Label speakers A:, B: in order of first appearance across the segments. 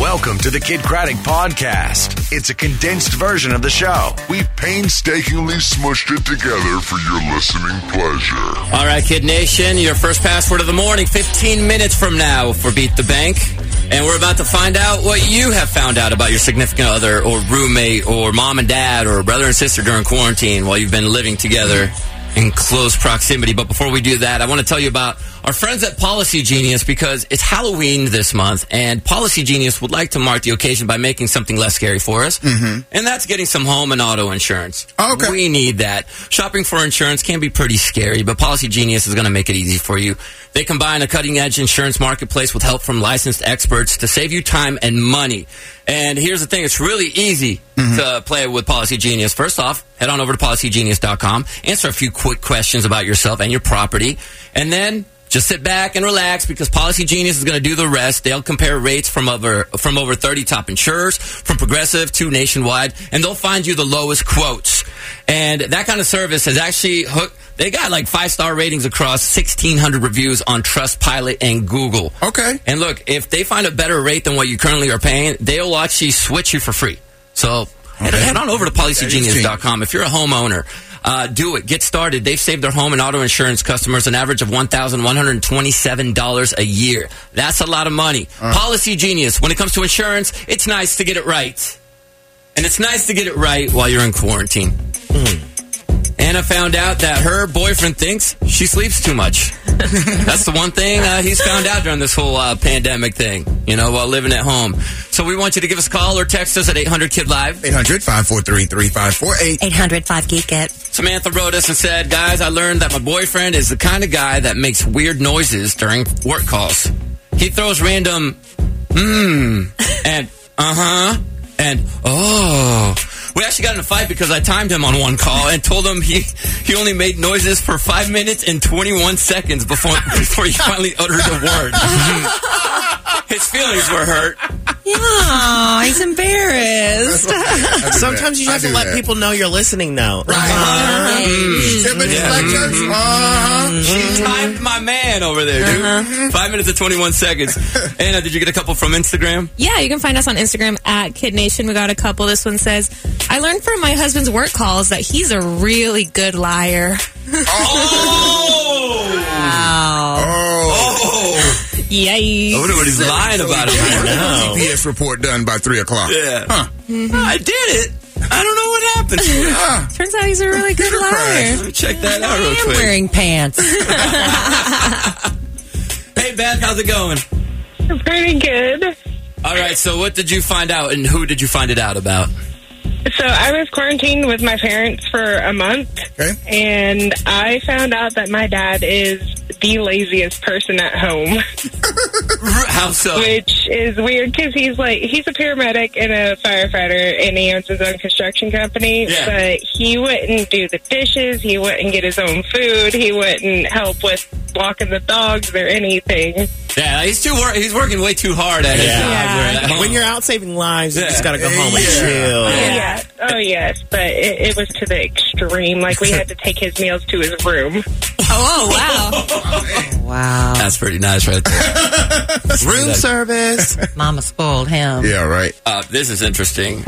A: Welcome to the Kid Craddock Podcast. It's a condensed version of the show. We painstakingly smushed it together for your listening pleasure.
B: All right, Kid Nation, your first password of the morning, 15 minutes from now for Beat the Bank. And we're about to find out what you have found out about your significant other or roommate or mom and dad or brother and sister during quarantine while you've been living together in close proximity. But before we do that, I want to tell you about our friends at Policy Genius because it's Halloween this month and Policy Genius would like to mark the occasion by making something less scary for us. Mm-hmm. And that's getting some home and auto insurance.
C: Okay.
B: We need that. Shopping for insurance can be pretty scary, but Policy Genius is going to make it easy for you. They combine a cutting edge insurance marketplace with help from licensed experts to save you time and money. And here's the thing it's really easy to play with Policy Genius. First off, head on over to policygenius.com, answer a few quick questions about yourself and your property, and then just sit back and relax because Policy Genius is going to do the rest. They'll compare rates from over from over 30 top insurers, from Progressive to Nationwide, and they'll find you the lowest quotes. And that kind of service has actually hooked they got like five star ratings across 1,600 reviews on Trustpilot and Google.
C: Okay.
B: And look, if they find a better rate than what you currently are paying, they'll actually switch you for free. So head, head on over to policygenius.com. If you're a homeowner, uh, do it. Get started. They've saved their home and auto insurance customers an average of $1,127 a year. That's a lot of money. Policy Genius, when it comes to insurance, it's nice to get it right. And it's nice to get it right while you're in quarantine. Anna found out that her boyfriend thinks she sleeps too much. That's the one thing uh, he's found out during this whole uh, pandemic thing, you know, while living at home. So we want you to give us a call or text us at 800 Kid Live.
C: 800 543 3548.
D: 800 5 Geek It.
B: Samantha wrote us and said, Guys, I learned that my boyfriend is the kind of guy that makes weird noises during work calls. He throws random mmm and uh huh and oh. We actually got in a fight because I timed him on one call and told him he, he only made noises for five minutes and 21 seconds before, before he finally uttered a word. His feelings were hurt.
D: Yeah, he's embarrassed.
E: Sometimes you have to let people know you're listening, though.
B: Uh-huh. Mm. uh, Mm-hmm. She timed my man over there, dude. Five minutes and 21 seconds. Anna, did you get a couple from Instagram?
F: Yeah, you can find us on Instagram at Kid Nation. We got a couple. This one says, I learned from my husband's work calls that he's a really good liar.
B: Oh! Oh! I
F: Yikes.
B: wonder what he's lying about it right now.
C: GPS report done by 3 o'clock.
B: Yeah. I did it. I don't know what happened to it.
F: Turns out he's a really good
B: Let
F: liar.
B: me check that out real
D: I'm
B: quick.
D: wearing pants.
B: Hey, Beth, how's it going?
G: Pretty good.
B: All right, so what did you find out and who did you find it out about?
G: So I was quarantined with my parents for a month,
C: Okay.
G: and I found out that my dad is the laziest person at home,
B: How so?
G: which is weird because he's like he's a paramedic and a firefighter, and he owns his own construction company.
B: Yeah.
G: But he wouldn't do the dishes, he wouldn't get his own food, he wouldn't help with walking the dogs or anything.
B: Yeah, he's too wor- he's working way too hard at his
E: Yeah.
B: job.
F: Yeah.
B: right? At home.
E: When you're out saving lives, you
B: Yeah.
E: just gotta go home and
C: Yeah.
E: chill.
G: Oh, yeah. Oh, yes. But it, it was to the extreme. Like, we had to take his meals to his room.
D: oh, wow. wow.
B: That's pretty nice right there.
E: Room service.
D: Mama spoiled him.
C: Yeah, right.
B: Uh, this is interesting.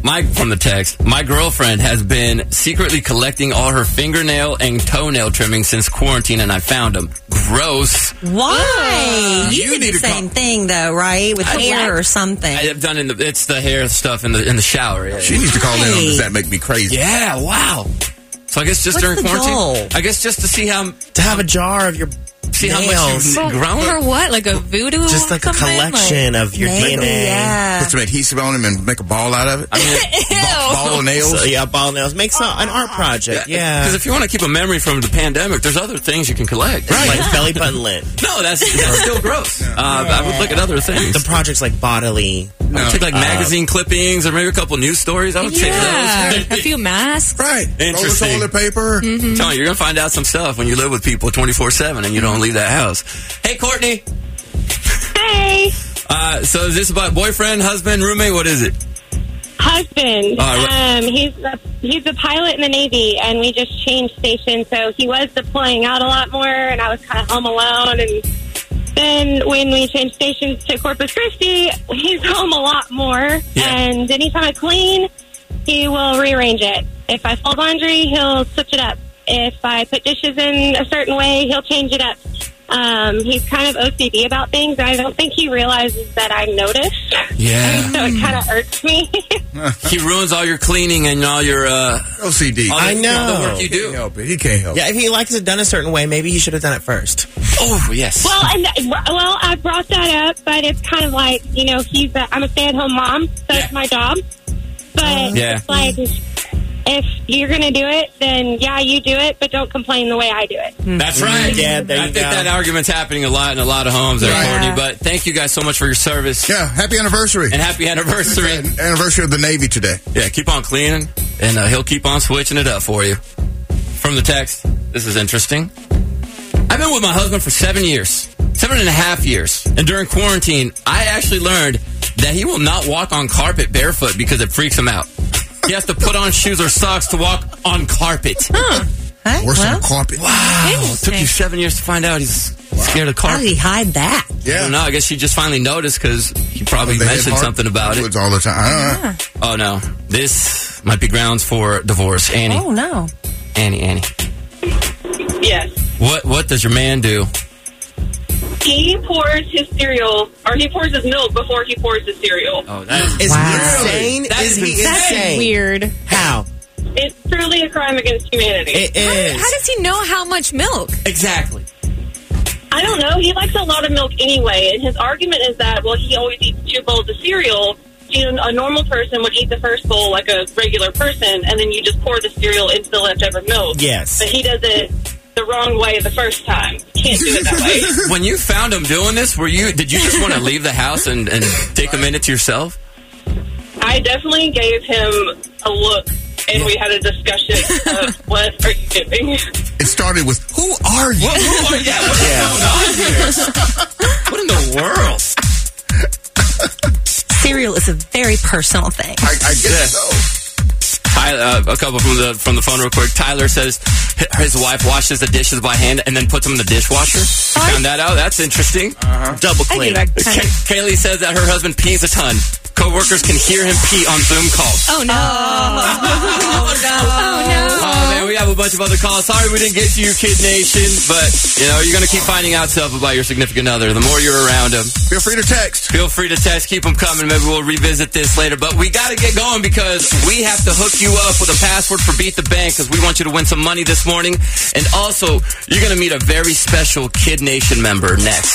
B: Mike from the text. My girlfriend has been secretly collecting all her fingernail and toenail trimmings since quarantine, and I found them. Gross.
D: Why? you,
C: You
D: did
C: need
D: the
C: to call-
D: same thing, though, right? With hair or something.
B: I have done in the. It's the hair stuff in the in the shower. Yeah.
C: She needs to call in on Does That Make Me Crazy.
B: Yeah, wow. So I guess just
D: What's
B: during
D: the
B: quarantine,
D: goal?
B: I guess just to see how
E: to have a jar of your
B: See how much
E: Nails.
B: you've grown?
F: For what? Like a voodoo?
E: Just like a
F: something?
E: collection of your
D: Maybe,
E: DNA.
D: yeah.
C: Put some adhesive on him and make a ball out of it.
B: I mean,
C: Ball, ball of nails.
E: So, yeah, ball nails. Make some, an art project. Yeah.
B: Because if you want to keep a memory from the pandemic, there's other things you can collect.
E: Like
B: Like,
E: belly button lint.
B: no, that's, that's still gross. Uh, I would look at other things. Uh,
E: The project's like bodily.
B: I would take
C: Uh,
B: like magazine clippings or maybe a couple news stories. I would take
F: Yeah.
B: those.
F: a few masks. Mm-hmm.
C: Right.
B: Interesting.
C: Roll the toilet paper.
B: I'm telling you, you're gonna find out some stuff when you live with people 24 seven and you don't leave that house. Hey, Courtney.
G: Hey,
B: Uh, so is this about boyfriend, husband, roommate? What is it?
G: husband.
B: All right.
G: Um, he's a, he's a pilot in the Navy, and we just changed station, so he was deploying out a lot more, and I was kind of home alone. And then when we changed stations to Corpus Christi, he's home a lot more.
B: Yeah.
G: And anytime I clean, he will rearrange it. If I fold laundry, he'll switch it up. If I put dishes in a certain way, he'll change it up. Um, he's kind of OCD about things. I don't think he realizes that I noticed.
B: Yeah.
G: So it kind of irks me.
B: He ruins all your cleaning and all your uh,
C: OCD.
B: all
E: I
B: the-
E: know.
B: the work you
C: He can't
B: do.
C: help it. He can't help
E: Yeah, if he likes it done a certain way, maybe he should have done it first.
B: Oh yes.
G: well, and well, I brought that up, but it's kind of like you know, he's a, I'm a stay at home mom, so
B: Yeah. Um,
G: it's my job. But
B: Yeah.
G: it's like, if you're gonna do it, then yeah, you do it, but don't complain the way I do it.
B: That's right.
E: Yeah, there
B: Mm-hmm. I
E: you
B: think
E: go.
B: that argument's happening a lot in a lot of homes there,
C: Right.
B: Courtney. But thank you guys so much for your service
C: it. Yeah. Happy anniversary.
B: and happy anniversary.
C: An- Anniversary of the Navy today.
B: Yeah, keep on cleaning, and uh, he'll keep on switching it up for you. From the text, this is interesting. I've been with my husband for seven years, seven and a half years, and during quarantine, I actually learned that he will not walk on carpet barefoot because it freaks him out. He has to put on shoes or socks to walk on carpet.
D: Huh?
C: Or some
D: Well,
C: carpet.
B: Wow, took you
D: Interesting.
B: seven years to find out he's scared of
D: how did
B: carpet.
D: he hide that?
B: I don't know. I guess she just finally noticed because he probably
C: They had
B: mentioned
C: hard
B: something about it.
C: woods all the time. I don't know.
B: Oh no, this might be grounds for divorce, Annie.
D: Oh no.
B: Annie, Annie.
G: Yes.
B: What what does your man do?
G: He pours his cereal, or he pours his milk before he pours his cereal.
B: Oh, that
E: Is
D: Wow.
E: he insane?
B: That
E: is
B: is
E: he
B: insane.
F: That's
E: insane?
F: weird.
E: How?
G: It's truly a crime against humanity.
E: It
F: How,
E: is.
F: how does he know how much milk?
B: exactly.
G: I don't know. He likes a lot of milk anyway, and his argument is that well, he always eats two bowls of cereal. You know, a normal person would eat the first bowl like a regular person, and then you just pour the cereal into the leftover milk.
E: Yes.
G: but he does it the wrong way the first time. Can't do it that way.
B: When you found him doing this, were you did you just want to leave the house and, and take a minute to yourself?
G: I definitely gave him a look, and we had a discussion of what are you doing?
C: It started with, who are you?
B: What, who are- yeah, what is going on here? What in the world?
D: Cereal is a very personal thing.
C: I, I guess so.
B: Tyler, uh, a couple from the from the phone real quick. Tyler says hi- his wife washes the dishes by hand and then puts them in the dishwasher. Found that out. That's interesting.
C: Uh-huh.
E: Double clean.
B: Kay- Kaylee says that her husband pees a ton. Coworkers can hear him pee on Zoom calls.
F: Oh no.
B: Oh man, we have a bunch of other calls. Sorry we didn't get to you, Kid Nation, but you know you're gonna keep finding out stuff about your significant other. The more you're around them,
C: Feel free to text.
B: feel free to text, keep them coming. Maybe we'll revisit this later. But we gotta get going because we have to hook you up with a password for Beat the Bank because we want you to win some money this morning. And also, you're gonna meet a very special Kid Nation member next.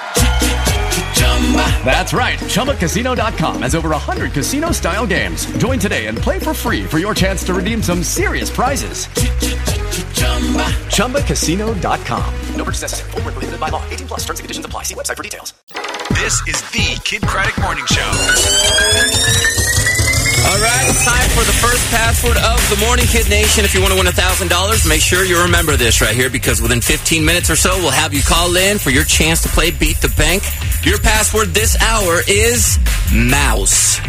H: That's right. ChumbaCasino.com has over 100 casino style games. Join today and play for free for your chance to redeem some serious prizes. ChumbaCasino.com. No purchase necessary. Void where prohibited by law. 18 plus terms and conditions apply. See website for details.
I: This is the Kid Craddock Morning Show.
B: All right, it's time for the first password of the Morning Kid Nation. If you want to win $1,000, make sure you remember this right here because within 15 minutes or so, we'll have you call in for your chance to play Beat the Bank. Your password this hour is Mouse.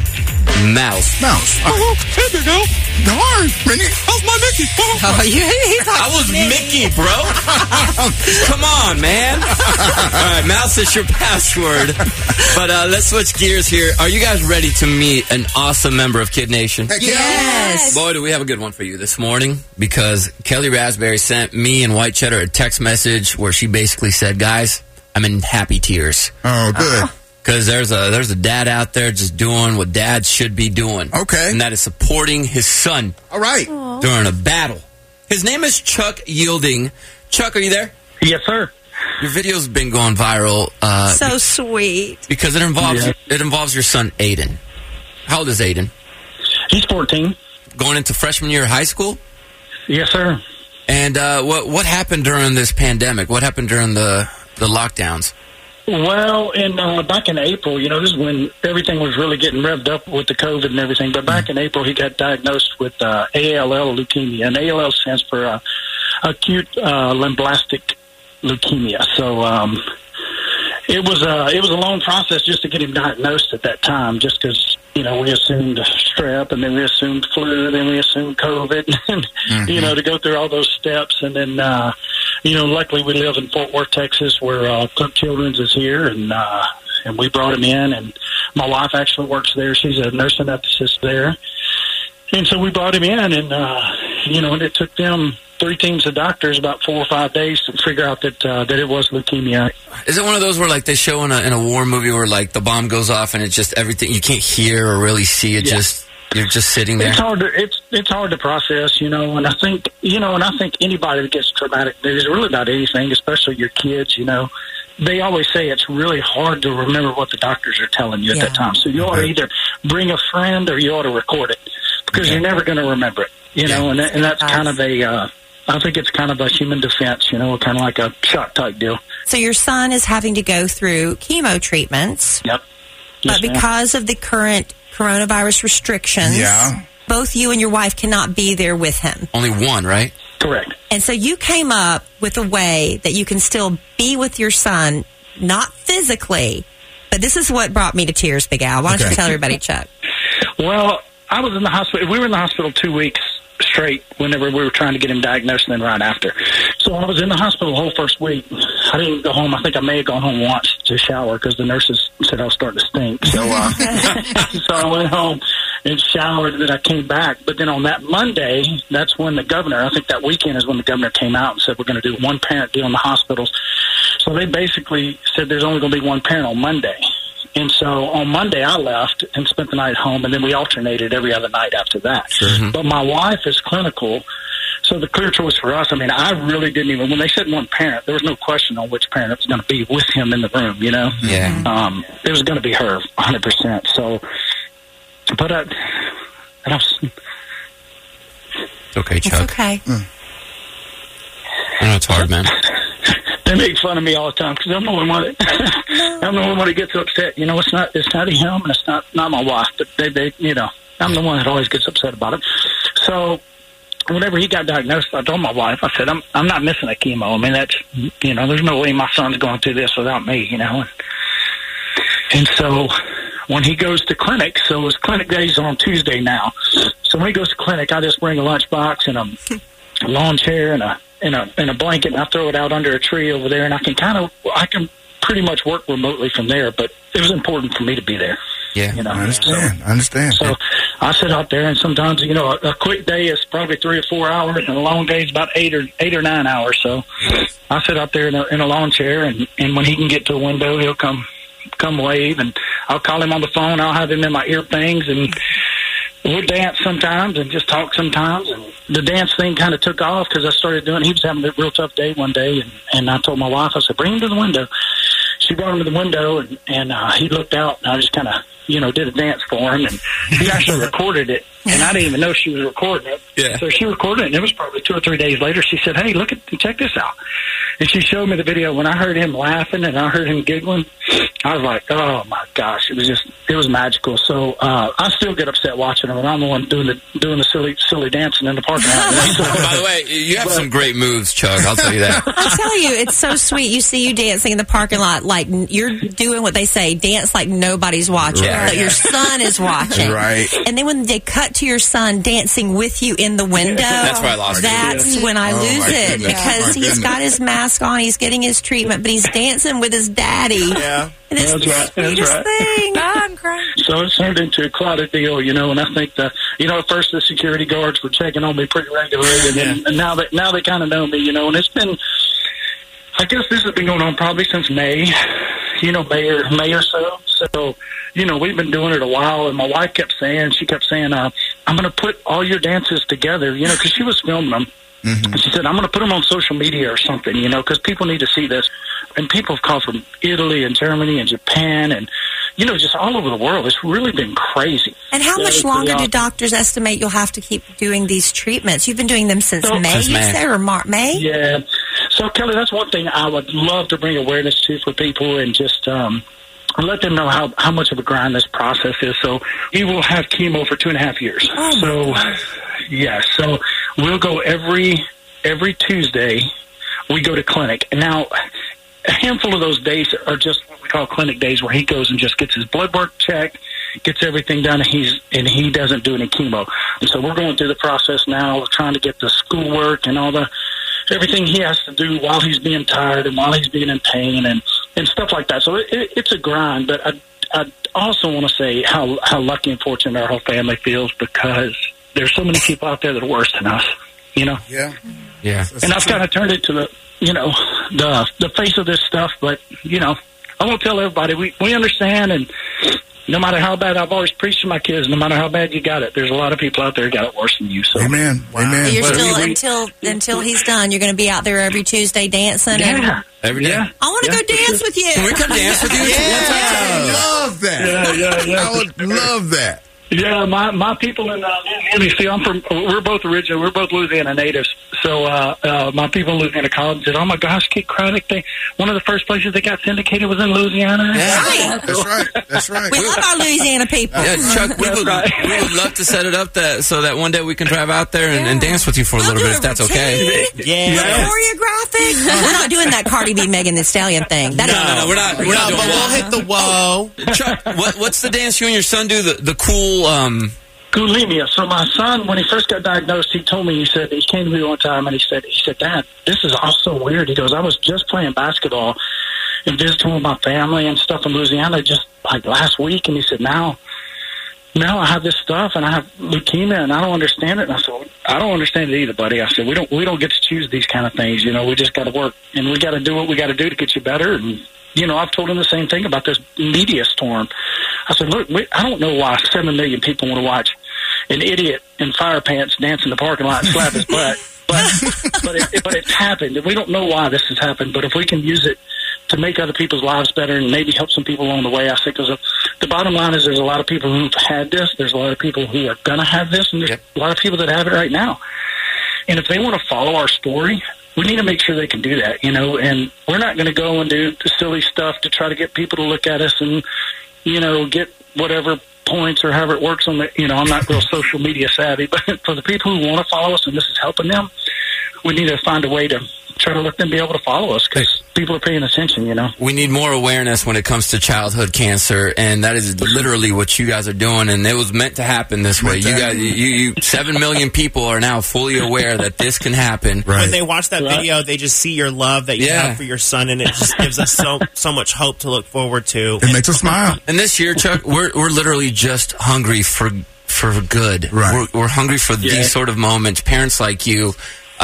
B: Mouse.
C: Mouse.
B: Oh, there you go.
C: Hi, Minnie. How's my Mickey?
B: Oh, yeah, he's like I was Mickey, bro. Come on, man. All right, mouse is your password. But uh, let's switch gears here. Are you guys ready to meet an awesome member of Kid Nation?
D: Yes.
B: Boy, do we have a good one for you this morning because Kelly Raspberry sent me and White Cheddar a text message where she basically said, "Guys, I'm in happy tears."
C: Oh, good.
B: Because there's a there's a dad out there just doing what dads should be doing.
C: Okay.
B: and that is supporting his son
C: All right.
B: during a battle. His name is Chuck Yielding. Chuck, are you there? Yes, sir. Your video's been going viral uh,
D: so sweet.
B: because it involves it involves your son Aiden. How old is Aiden?
J: He's 14.
B: Going into freshman year of high school.
J: Yes, sir.
B: And uh, what what happened during this pandemic? What happened during the the lockdowns?
J: Well, in uh, back in April, you know, this is when everything was really getting revved up with the COVID and everything. But back in April, he got diagnosed with uh, ALL leukemia, and ALL stands for uh, acute uh, lymphoblastic leukemia. So um, it was uh, it was a long process just to get him diagnosed at that time, just because you know we assumed strep, and then we assumed flu, then we assumed COVID, and you know to go through all those steps, and then uh, you know luckily we live in Fort Worth, Texas, where uh, Cook Children's is here, and uh, and we brought him in, and my wife actually works there; she's a nurse anesthetist there, and so we brought him in, and uh, you know, and it took them three teams of doctors about four or five days to figure out that uh, that it was leukemia.
B: Is it one of those where like they show in a in a war movie where like the bomb goes off and it's just everything you can't hear or really see it
J: Yeah.
B: just you're just sitting there.
J: It's hard to it's it's hard to process, you know. And I think you know, and I think anybody that gets traumatic news, really about anything, especially your kids, you know, they always say it's really hard to remember what the doctors are telling you at that time. So you ought to either bring a friend or you ought to record it because you're never going to remember it, you know. And that, and that's kind of a uh, I think it's kind of a human defense, you know, kind of like a shock type deal.
D: So your son is having to go through chemo treatments.
J: Yep. Yes,
D: but
J: ma'am.
D: because of the current coronavirus restrictions,
C: Yeah.
D: both you and your wife cannot be there with him.
B: Only one, right?
J: Correct.
D: And so you came up with a way that you can still be with your son, not physically, but this is what brought me to tears, Big Al. Why don't
J: Okay.
D: you tell everybody, Chuck?
J: Well, I was in the hospital. We were in the hospital two weeks straight whenever we were trying to get him diagnosed, and then right after. So I was in the hospital the whole first week. I didn't go home. I think I may have gone home once to shower because the nurses said I was starting to stink. So, uh, so I went home and showered, and then I came back. But then on that Monday, that's when the governor, I think that weekend is when the governor came out and said, we're going to do one parent deal in the hospitals. So they basically said there's only going to be one parent on Monday. And so on Monday, I left and spent the night at home, and then we alternated every other night after that. But my wife is clinical, so the clear choice for us. I mean, I really didn't even when they said one parent, there was no question on which parent it was going to be with him in the room. You know,
B: Yeah.
J: um, it was going to be her, hundred percent. So, but I, and I was,
B: It's okay, Chuck.
D: Okay.
B: I know it's hard, man.
J: they make fun of me all the time because I'm the one that I'm the one that gets upset. You know, it's not it's not him and it's not not my wife, but they they you know I'm the one that always gets upset about it. So whenever he got diagnosed, I told my wife, I said, I'm I'm not missing a chemo. I mean, that's you know, there's no way my son's going through this without me. You know, and, and so when he goes to clinic, so his clinic days are on Tuesday now. So when he goes to clinic, I just bring a lunchbox and a a lawn chair and a and a and a blanket, and I throw it out under a tree over there, and I can kind of I can pretty much work remotely from there. But it was important for me to be there.
B: Yeah.
J: You know,
C: I understand. I understand.
J: so I sit out there, and sometimes you know a, a quick day is probably three or four hours, and a long day is about eight or eight or nine hours. So I sit out there in a, in a lawn chair, and and when he can get to a window, he'll come come wave, and I'll call him on the phone. I'll have him in my ear things, and we'll dance sometimes, and just talk sometimes. And the dance thing kind of took off because I started doing. He was having a real tough day one day, and and I told my wife, I said, bring him to the window she brought him to the window and, and uh, he looked out and I just kind of you know did a dance for him and he actually recorded it and I didn't even know she was recording it. Yeah. So she recorded it, and it was probably two or three days later. She said, "Hey, look at check this out," and she showed me the video. When I heard him laughing and I heard him giggling, I was like, "Oh my gosh!" It was just it was magical. So uh, I still get upset watching him, and I'm the one doing the doing the silly silly dancing in the parking lot.
B: Oh, By the way, you have some great moves, Chuck. I'll tell you that.
D: I'll tell you, it's so sweet. You see you dancing in the parking lot, like n- you're doing what they say, dance like nobody's watching,
B: Right.
D: but your son is watching.
B: Right.
D: And then when they cut to your son dancing with you in the window,
B: That's where I lost it.
D: That's when I
B: Oh, my
D: lose it
B: goodness.
D: because
B: My
D: he's got his mask on, he's getting his treatment, but he's dancing with his daddy. Yeah. And it's
J: That's
D: the
J: right. That's
D: sweetest
J: right.
D: thing. I'm
J: So it turned into a clouded deal, you know. And I think the, you know, at first the security guards were checking on me pretty regularly, and, then, and now that now they kind of know me, you know. And it's been, I guess this has been going on probably since May, you know, May or May or so. So, you know, we've been doing it a while, and my wife kept saying, she kept saying, uh, "I'm going to put all your dances together," you know, because she was filming them. And she said, I'm going to put them on social media or something, you know, because people need to see this. And people have called from Italy and Germany and Japan and, you know, just all over the world. It's really been crazy.
D: And how
J: Yeah,
D: much
J: it's
D: longer do
J: beyond-
D: doctors estimate you'll have to keep doing these treatments? You've been doing them since
J: Since
D: May, you
J: May.
D: say, or Mar- May?
J: Yeah. So, Kelly, that's one thing I would love to bring awareness to for people and just um, let them know how, how much of a grind this process is. So, he will have chemo for two and a half years.
D: Oh,
J: so, yeah. So, we'll go every every Tuesday. We go to clinic. And now, a handful of those days are just what we call clinic days, where he goes and just gets his blood work checked, gets everything done, and he's and he doesn't do any chemo. And so we're going through the process now, of trying to get the schoolwork and all the everything he has to do while he's being tired and while he's being in pain and and stuff like that. So it, it, it's a grind, but I I also want to say how how lucky and fortunate our whole family feels because there's so many people out there that are worse than us. You know.
C: Yeah.
B: Yeah.
J: And I've kind of turned it to the, you know, the the face of this stuff. But you know, I won't tell everybody. We we understand, and no matter how bad I've always preached to my kids, no matter how bad you got it, there's a lot of people out there that got it worse than you. So
C: amen,
J: amen.
D: You're still until until he's done. You're going to be out there every Tuesday dancing.
J: Yeah.
D: And
B: Every day.
D: I want to go dance with you. Can we
B: come dance with you?
C: I love that.
J: Yeah, yeah, yeah.
C: I would love that.
J: Yeah, my my people in uh, Louisiana. See, I'm from. We're both original. We're both Louisiana natives. So uh, uh, my people in Louisiana college said, "Oh my gosh, Kid Craddock! They one of the first places they got syndicated was in Louisiana."
C: That's right. That's right.
D: We love our Louisiana people.
B: Yeah, Chuck, we would, we would love to set it up that so that one day we can drive out there and, and dance with you for a little bit if that's okay.
D: Little choreographic. We're not doing that Cardi B Megan the Stallion thing. That
B: No, no, no, we're not. We're not. But we'll hit the whoa. Chuck, what, what's the dance you and your son do? The the cool. Um,
J: Bulimia. So my son, when he first got diagnosed, he told me he said he came to me one time and he said he said Dad, this is all so weird. He goes, I was just playing basketball and visiting with my family and stuff in Louisiana just like last week, and he said now. Now I have this stuff and I have leukemia and I don't understand it. And I said, I don't understand it either, buddy. I said, we don't we don't get to choose these kind of things. You know, we just got to work and we got to do what we got to do to get you better. And you know, I've told him the same thing about this media storm. I said, look, we, I don't know why seven million people want to watch an idiot in fire pants dance in the parking lot and slap his butt. But but it, but it's happened. We don't know why this has happened. But if we can use it to make other people's lives better and maybe help some people along the way, I think there's a, the bottom line is there's a lot of people who've had this. There's a lot of people who are going to have this, and there's a lot of people that have it right now. And if they want to follow our story, we need to make sure they can do that, you know. And we're not going to go and do the silly stuff to try to get people to look at us and, you know, get whatever points or however it works on the, you know, I'm not real social media savvy, but for the people who want to follow us and this is helping them, we need to find a way to try to let them be able to follow us because people are paying attention, you know.
B: we need more awareness when it comes to childhood cancer, and that is literally what you guys are doing. And it was meant to happen this way. You guys, you, you seven million people are now fully aware that this can happen.
K: When they watch that video, they just see your love that you
B: Yeah.
K: have for your son, and it just gives us so so much hope to look forward to.
C: It makes us smile.
B: And this year, Chuck, we're we're literally just hungry for for good.
C: Right.
B: We're, we're hungry for
C: Yeah.
B: these sort of moments. Parents like you.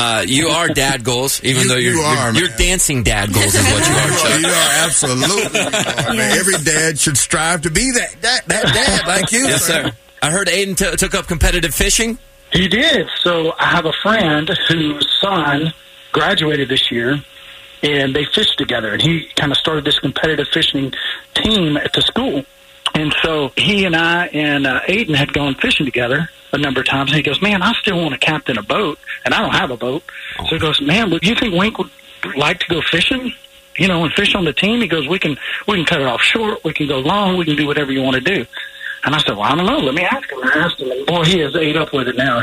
B: Uh, you are dad goals, even
C: You-
B: though you're,
C: you are,
B: you're, you're dancing dad goals is what you are. Chuck.
C: You are absolutely. you are, man. Every dad should strive to be that that that dad like you.
B: Yes, sir. I heard Aiden t- took up competitive fishing.
J: He did. So I have a friend whose son graduated this year, and they fished together. And he kind of started this competitive fishing team at the school. And And so he and I and uh, Aiden had gone fishing together a number of times. And he goes, "Man, I still want to captain a boat, and I don't have a boat." So he goes, "Man, would you think Wink would like to go fishing?" You know, and fish on the team. He goes, "We can we can cut it off short. We can go long. We can do whatever you want to do." And I said, "Well, I don't know. Let me ask him." I asked him, and boy, he has ate up with it now.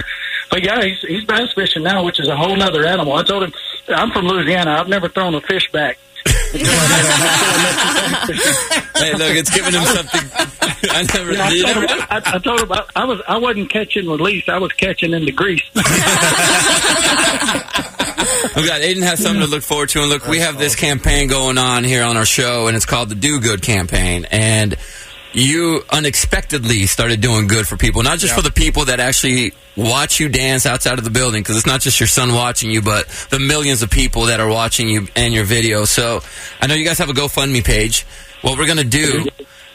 J: But yeah, he's he's bass fishing now, which is a whole other animal. I told him, "I'm from Louisiana. I've never thrown a fish back."
B: Hey, look, it's giving him something. I never,
J: Yeah, I,
B: you
J: told
B: never
J: him, I, I told him I, I was I wasn't catching release. I was catching in the grease.
B: I'm glad Aiden has something to look forward to. And look, we have this campaign going on here on our show, and it's called the Do Good Campaign. And you unexpectedly started doing good for people, not just for the people that actually watch you dance outside of the building, because it's not just your son watching you, but the millions of people that are watching you and your video. So I know you guys have a GoFundMe page. What we're going to do.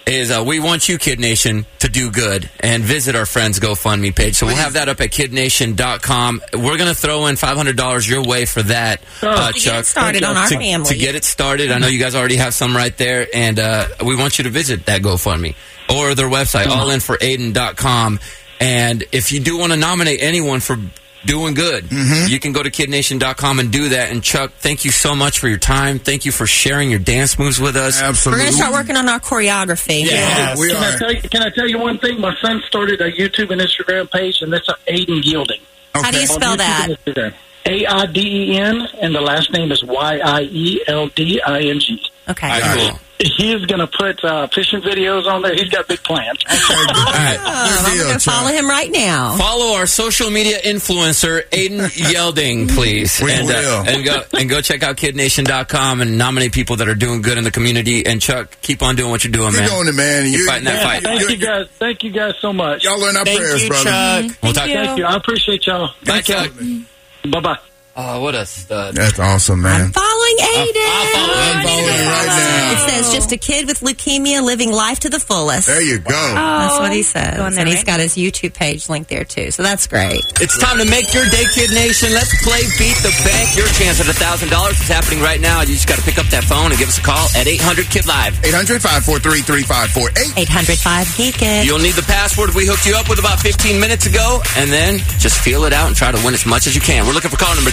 B: Is uh, we want you, Kid Nation, to do good and visit our friends' GoFundMe page. So we'll have that up at kidnation.com. We're going to throw in $500 your way for that, uh,
D: Oh, To get
B: Chuck.
D: it started on our
B: to,
D: family.
B: To get it started, I know you guys already have some right there, and uh, we want you to visit that GoFundMe or their website, allinforaiden.com. And if you do want to nominate anyone for doing good, you can go to kidnation.com and do that. And Chuck, thank you so much for your time. Thank you for sharing your dance moves with us.
D: We're going to start working on our choreography.
J: can I tell you, can I tell you one thing? My son started a YouTube and Instagram page, and that's Aiden Gilding.
D: How do you spell that?
J: A I D E N, and the last name is Y I E L D I N G.
D: Okay.
J: He is going to put uh, fishing videos on there. He's got big plans.
D: Oh, I'm going to follow him right now.
B: Follow our social media influencer, Aiden Yelding, please.
D: We
B: and, uh,
D: will.
B: and go and go check out kidnation.com and nominate people that are doing good in the community. And Chuck, keep on doing what you're doing,
C: You're
B: man.
C: doing it, man.
B: You're
C: You-
B: fighting that
C: yeah,
B: fight.
C: thank
J: Thank you guys. Thank you guys so much. Y'all
C: in our Thank prayers, you, brother. Chuck.
B: We'll
J: We'll
B: talk-
J: talk.
B: Thank
J: Thank you. I appreciate y'all.
B: Thank you.
J: Bye bye.
B: Oh, what a stud.
C: That's awesome, man.
D: Following Aiden.
C: I'm following it right
D: It says just a kid with leukemia living life to the fullest.
C: There you go.
D: That's what he says.
F: Go on there,
D: and he's
F: right?
D: got his YouTube page linked there too. So that's great.
B: It's time to make your day, Kid Nation. Let's play Beat the Bank. Your chance at $1,000 is happening right now. You just got to pick up that phone and give us a call at 800 Kid Live.
C: 800 543 3548.
D: 805 Geek It.
B: You'll need the password we hooked you up with about 15 minutes ago, and then just feel it out and try to win as much as you can. We're looking for call number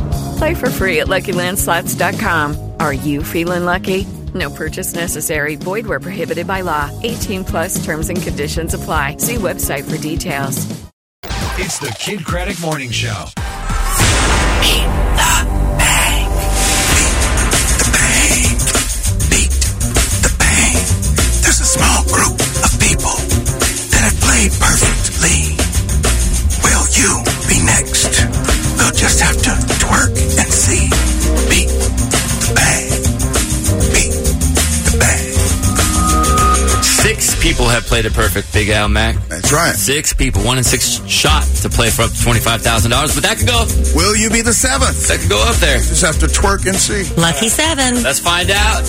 L: Play for free at LuckyLandSlots.com. Are you feeling lucky? No purchase necessary. Void where prohibited by law. 18 plus terms and conditions apply. See website for details.
I: It's the Kid Craddock Morning Show.
M: There's a small group of people that have played perfectly. Will you be next? They'll just have to twerk and see. Beat the bag. Beat the bag.
B: Six people have played it perfect, Big Al Mac.
C: That's right.
B: Six people, one in six shot to play for up to $25,000, but that could go.
C: Will you be the seventh?
B: That could go up there.
C: Just have to twerk and see.
D: Lucky seven.
B: Let's find out.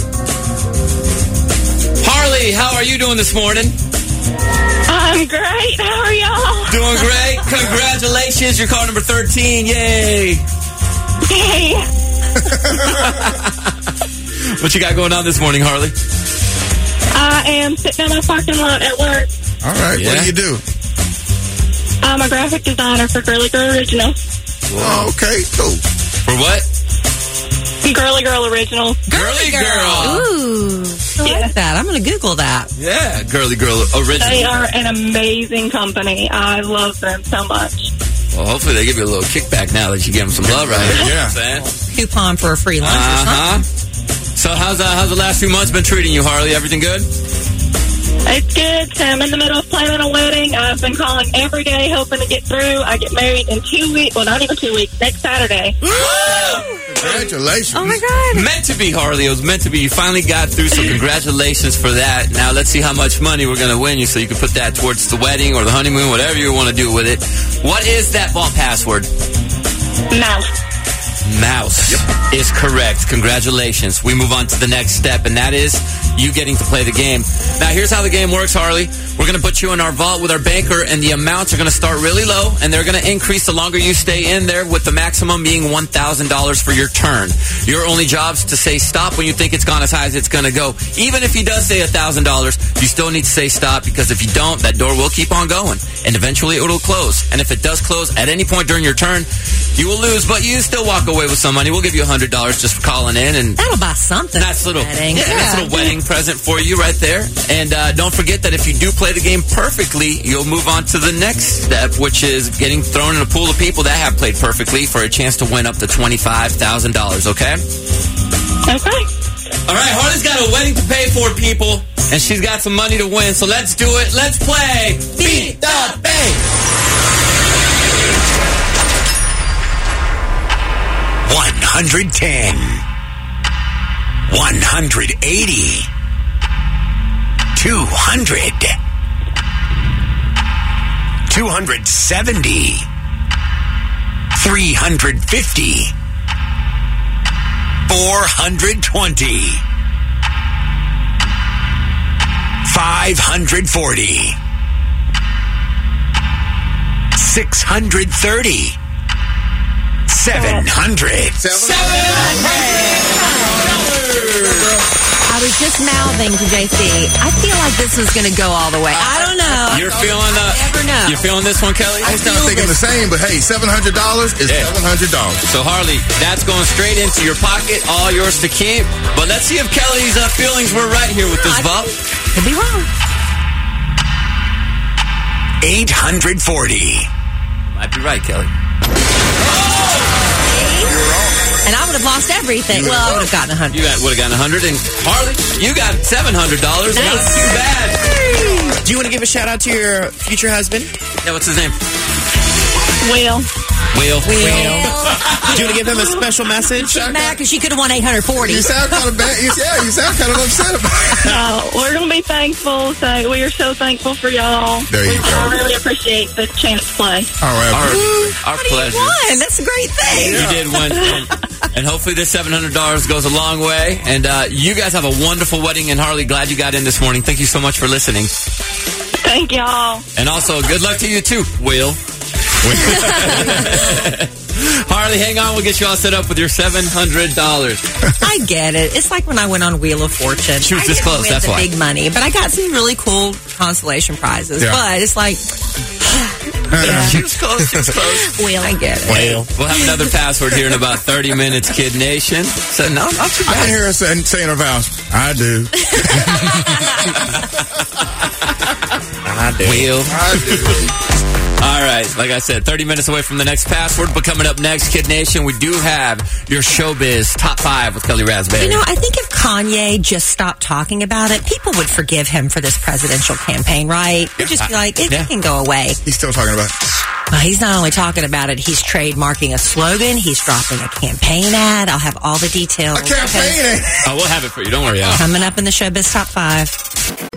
B: Harley, how are you doing this morning?
G: I'm great. How are y'all?
B: Doing great. Congratulations. You're call number 13. Yay.
G: Yay.
B: What you got going on this morning, Harley?
G: I am sitting in my parking lot at work.
C: All right. What
B: Yeah.
C: do you do?
G: I'm a graphic designer for Girly Girl Original.
C: Oh, okay. Cool.
B: For what?
G: Girly Girl Original.
B: Girly Girl.
D: Ooh. I like that. I'm going to Google that.
B: Yeah, Girly Girl Original.
G: They are an amazing company. I love them so much.
B: Well, hopefully they give you a little kickback now that you give them some love right here.
C: Yeah.
D: Coupon for a free lunch or something.
B: Uh huh. So how's uh, how's the last few months been treating you, Harley? Everything good?
G: It's good. So I'm in the middle of planning a wedding. I've been calling every day, hoping to get through. I get married in two weeks. Well, not even two weeks. Next Saturday.
C: Congratulations. Oh
D: my god.
B: Meant to be, Harley. It was meant to be. You finally got through, so congratulations for that. Now let's see how much money we're gonna win you, so you can put that towards the wedding or the honeymoon, whatever you want to do with it. What is that ball password?
G: Mouth.
B: mouse is correct. Congratulations. We move on to the next step, and that is you getting to play the game. Now, here's how the game works, Harley. We're going to put you in our vault with our banker, and the amounts are going to start really low, and they're going to increase the longer you stay in there, with the maximum being $1,000 for your turn. Your only job's to say stop when you think it's gone as high as it's going to go. Even if he does say $1,000, you still need to say stop, because if you don't, that door will keep on going, and eventually it'll close. And if it does close at any point during your turn, you will lose, but you still walk away with some money. We'll give you $100 just for calling in, and
D: That'll buy something.
B: Nice little,
D: Wedding.
B: Yeah, nice little wedding present for you right there. And uh, don't forget that if you do play the game perfectly, you'll move on to the next step, which is getting thrown in a pool of people that have played perfectly for a chance to win up to $25,000, okay?
G: Okay.
B: All right, Harley's got a wedding to pay for, people, and she's got some money to win, so let's do it. Let's play Beat the Bank.
N: One hundred ten. One hundred eighty. Two hundred. Two hundred seventy. Three hundred fifty. Four hundred twenty. Five hundred forty. Six hundred thirty. Seven hundred.
D: I was just mouthing to JC. I feel like this was going to go all the way. I don't know.
B: You're feeling the.
D: Oh, never know.
B: You're feeling this one, Kelly.
C: I was kind of thinking the same, but hey, seven hundred dollars is seven hundred dollars.
B: So Harley, that's going straight into your pocket, all yours to keep. But let's see if Kelly's uh, feelings were right here with this vault.
D: Could be wrong.
N: 840.
B: Might be right, Kelly.
D: And I would have lost everything. Well, I would have gotten a hundred.
B: You got, would have gotten 100 and Harley, you got $700. Not too bad.
E: Do you want to give a shout out to your future husband?
B: Yeah, what's his name?
G: Will.
B: Will.
E: Do you want to give him a special message?
D: Mad because she could have won 840.
C: You sound kind of bad. You- yeah, you sound kind of upset about it.
G: Uh, we're going to be thankful. So we are so thankful for y'all.
C: There you
G: we
C: go.
G: really appreciate the chance to play.
C: All right,
B: Our, our pleasure.
D: One. That's a great thing.
B: You did one. And, and hopefully this $700 goes a long way. And uh, you guys have a wonderful wedding. And Harley, glad you got in this morning. Thank you so much for listening.
G: Thank y'all.
B: And also, good luck to you too, Will. Harley, hang on. We'll get you all set up with your $700.
D: I get it. It's like when I went on Wheel of Fortune.
B: She was
D: I
B: this
D: didn't
B: close,
D: win
B: that's
D: the
B: why.
D: big money, but I got some really cool consolation prizes.
B: Yeah.
D: But it's like,
B: She was close. She was close.
D: well, I get it.
B: Well, We'll have another password here in about 30 minutes, Kid Nation. So, no, not too
C: I can
B: bad.
C: hear her saying, saying her vows. I do.
B: I do. Will. All right, like I said, 30 minutes away from the next password, but coming up next, Kid Nation, we do have your showbiz top five with Kelly Raspberry.
D: You know, I think if Kanye just stopped talking about it, people would forgive him for this presidential campaign, right? They'd just be like, it can go away.
C: He's still talking about.
D: Well, he's not only talking about it, he's trademarking a slogan, he's dropping a campaign ad. I'll have all the details.
C: campaign ad.
B: oh, we'll have it for you. Don't worry, y'all.
D: Coming up in the Showbiz Top 5.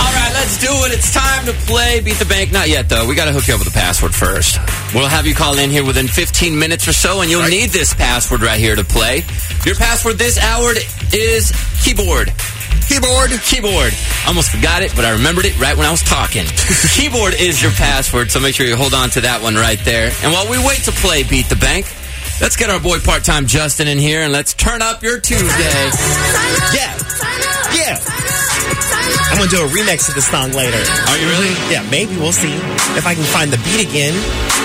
B: All right, let's do it. It's time to play Beat the Bank. Not yet, though. We got to hook you up with a password first. We'll have you call in here within 15 minutes or so, and you'll need this password right here to play. Your password this hour is keyboard. Keyboard. Keyboard. Almost forgot it, but I remembered it right when I was talking. keyboard is your password, so make sure you hold on to that one right there. And while we wait to play Beat the Bank, let's get our boy part time Justin in here and let's turn up your Tuesday. Yeah. Yeah.
E: I'm gonna do a remix of this song later.
B: Are you really?
E: Yeah, maybe we'll see if I can find the beat again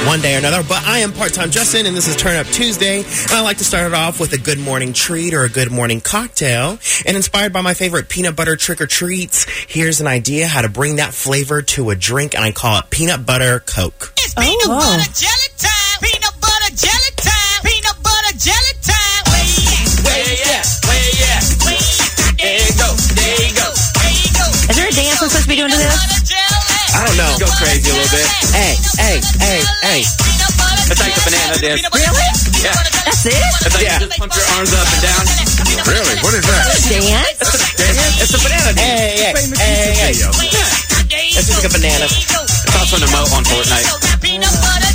E: one day or another. But I am part time Justin, and this is Turn Up Tuesday. And I like to start it off with a good morning treat or a good morning cocktail. And inspired by my favorite peanut butter trick or treats, here's an idea how to bring that flavor to a drink, and I call it peanut butter Coke.
O: It's peanut butter jelly time. Peanut butter jelly time. Peanut butter jelly time. Way yeah, way yeah, way yeah, way yeah. There you go, there you go, there you go.
D: Is there a dance I'm supposed to be doing to this?
E: I don't know.
B: Go crazy a little bit.
E: Hey, hey, hey, hey.
B: It's like the banana dance.
D: Really?
B: Yeah.
D: That's it?
B: It's like you just pump your arms up and down.
C: Really? What is that?
D: Dance?
B: It's a banana dance.
E: Hey, hey, hey, hey. It's just like a banana.
B: It's also an emote on Fortnite.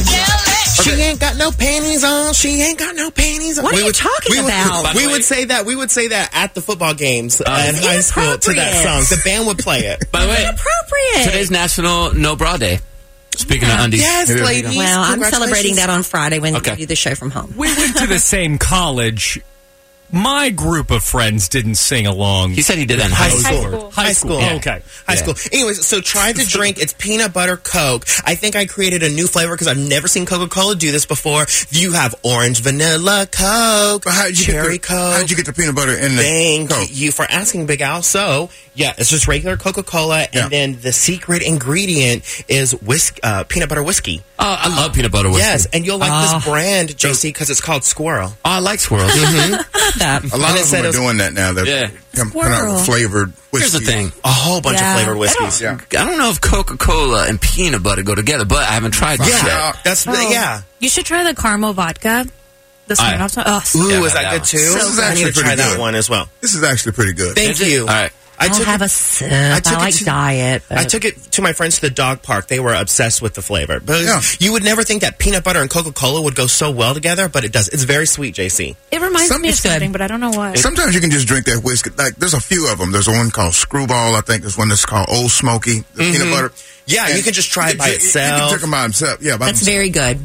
E: She ain't got no panties on. She ain't got no panties on.
D: What are you talking
E: would,
D: about?
E: We would say that. We would say that at the football games uh, in high school to that
D: inappropriate.
E: song. The band would play it.
B: By the way,
D: Inappropriate.
B: today's National No Bra Day. Speaking of undies.
E: Yes,
B: Here we go.
E: ladies.
D: Well, I'm
E: congratulations.
D: celebrating that on Friday when
B: Okay.
D: we do the show from home.
P: We went to the same college. My group of friends didn't sing along.
B: He said he did that in high
P: Those
B: school.
P: were-
E: High school.
P: Oh, Okay. Yeah.
E: High school. Anyways, so try the drink. It's peanut butter Coke. I think I created a new flavor because I've never seen Coca Cola do this before. You have orange vanilla Coke,
C: But how'd you
E: cherry
C: get the, How'd
E: Coke.
C: you get the peanut butter in the
E: Thank
C: Coke?
E: you for asking, Big Al. So, yeah, it's just regular Coca Cola, and
C: Yeah.
E: then the secret ingredient is whisk, uh, peanut butter whiskey.
B: Oh, I love peanut butter whiskey.
E: Yes, and you'll like
D: Ah.
E: this brand, JC, because it's called Squirrel.
B: Oh, I like squirrels.
D: That.
C: A lot
E: And it
C: of
E: said it
C: them are
E: was-
C: doing that now. They're
B: Yeah.
C: com- coming out
D: Squirrel.
C: with flavored
B: Here's
C: whiskey.
B: the thing.
E: A whole bunch
D: Yeah.
E: of flavored whiskeys.
C: Yeah.
B: I don't know if Coca Cola and peanut butter go together, but I haven't tried this
E: Yeah,
B: yet.
E: that's
D: Oh.
E: yeah.
F: Oh. You should try the caramel vodka. The
B: I-
F: Smirnoff. one. Oh,
E: Ooh,
B: Yeah,
E: is
B: that
E: that good
B: one.
E: too?
C: This is
E: I need
C: actually
E: to try
C: pretty
E: that
C: good.
E: one as well.
C: This is actually pretty good.
E: Thank
B: Is it?
E: you.
B: All right.
E: I
D: I'll
E: took
D: have
E: it-
D: a sip.
E: I
D: I,
E: took it
D: like
E: to-
D: diet.
E: I
D: but-
E: took it to my friends to the dog park. They were obsessed with the flavor. But
C: Yeah.
E: you would never think that peanut butter and Coca Cola would go so well together, but it does. It's very sweet, JC.
F: it reminds
D: Some-
F: me of
D: it's good.
F: something, but I don't know what.
C: Sometimes you can just drink that whiskey. Like there's a few of them. There's one called Screwball. I think there's one that's called Old Smoky. The peanut butter.
E: Mm-hmm. Yeah, you
C: And
E: can just try it by
C: ju- Mm-hmm. You can
E: itself.
C: drink them by itself. Yeah, by
D: That's
C: themselves.
D: very good.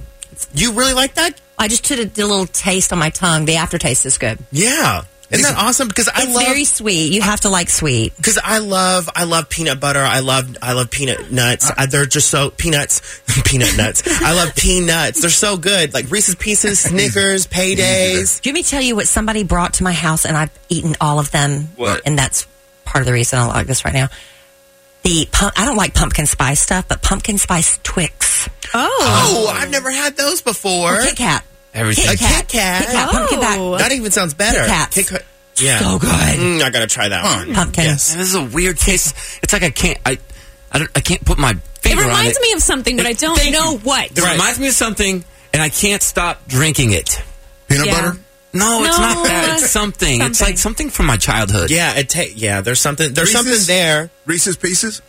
E: You really like that?
D: I just did a, did a little taste on my tongue. The aftertaste is good.
E: Yeah. Isn't that awesome? Because I
D: It's
E: love
D: very sweet. You have to like sweet.
E: because I love I love peanut butter. I love I love peanut nuts. I, they're just so peanuts, peanut nuts. I love peanuts. They're so good. Like Reese's Pieces, Snickers, Paydays.
D: Do you want me to tell you what somebody brought to my house and I've eaten all of them?
B: What?
D: And that's part of the reason I like this right now. The pump, I don't like pumpkin spice stuff, but pumpkin spice Twix.
F: Oh.
E: Oh, I've never had those before.
D: Or Kit Kat.
B: Everything.
D: Kit Kat.
E: Kit Kat.
D: Kit Kat. Pumpkin
F: Oh.
D: back.
E: That even sounds better.
D: Kit Kats.
E: Kit Kat- yeah.
D: So good.
E: Mm, I gotta try that one.
D: Pumpkin.
E: Yes.
B: Man, this is a weird taste. It's like I can't. I. I, don't, I can't put my
F: It
B: finger on
F: reminds
B: it.
F: me of something, but I don't
B: Thank
F: know
B: you.
F: what.
B: It reminds me of something, and I can't stop drinking it.
C: peanut
F: Yeah.
C: butter.
B: No, it's
F: No,
B: not that. It's something. It's
F: something.
B: like something from my childhood.
E: Yeah, it ta- yeah, there's something there's
C: Reese's?
E: something there.
C: Reese's Pieces.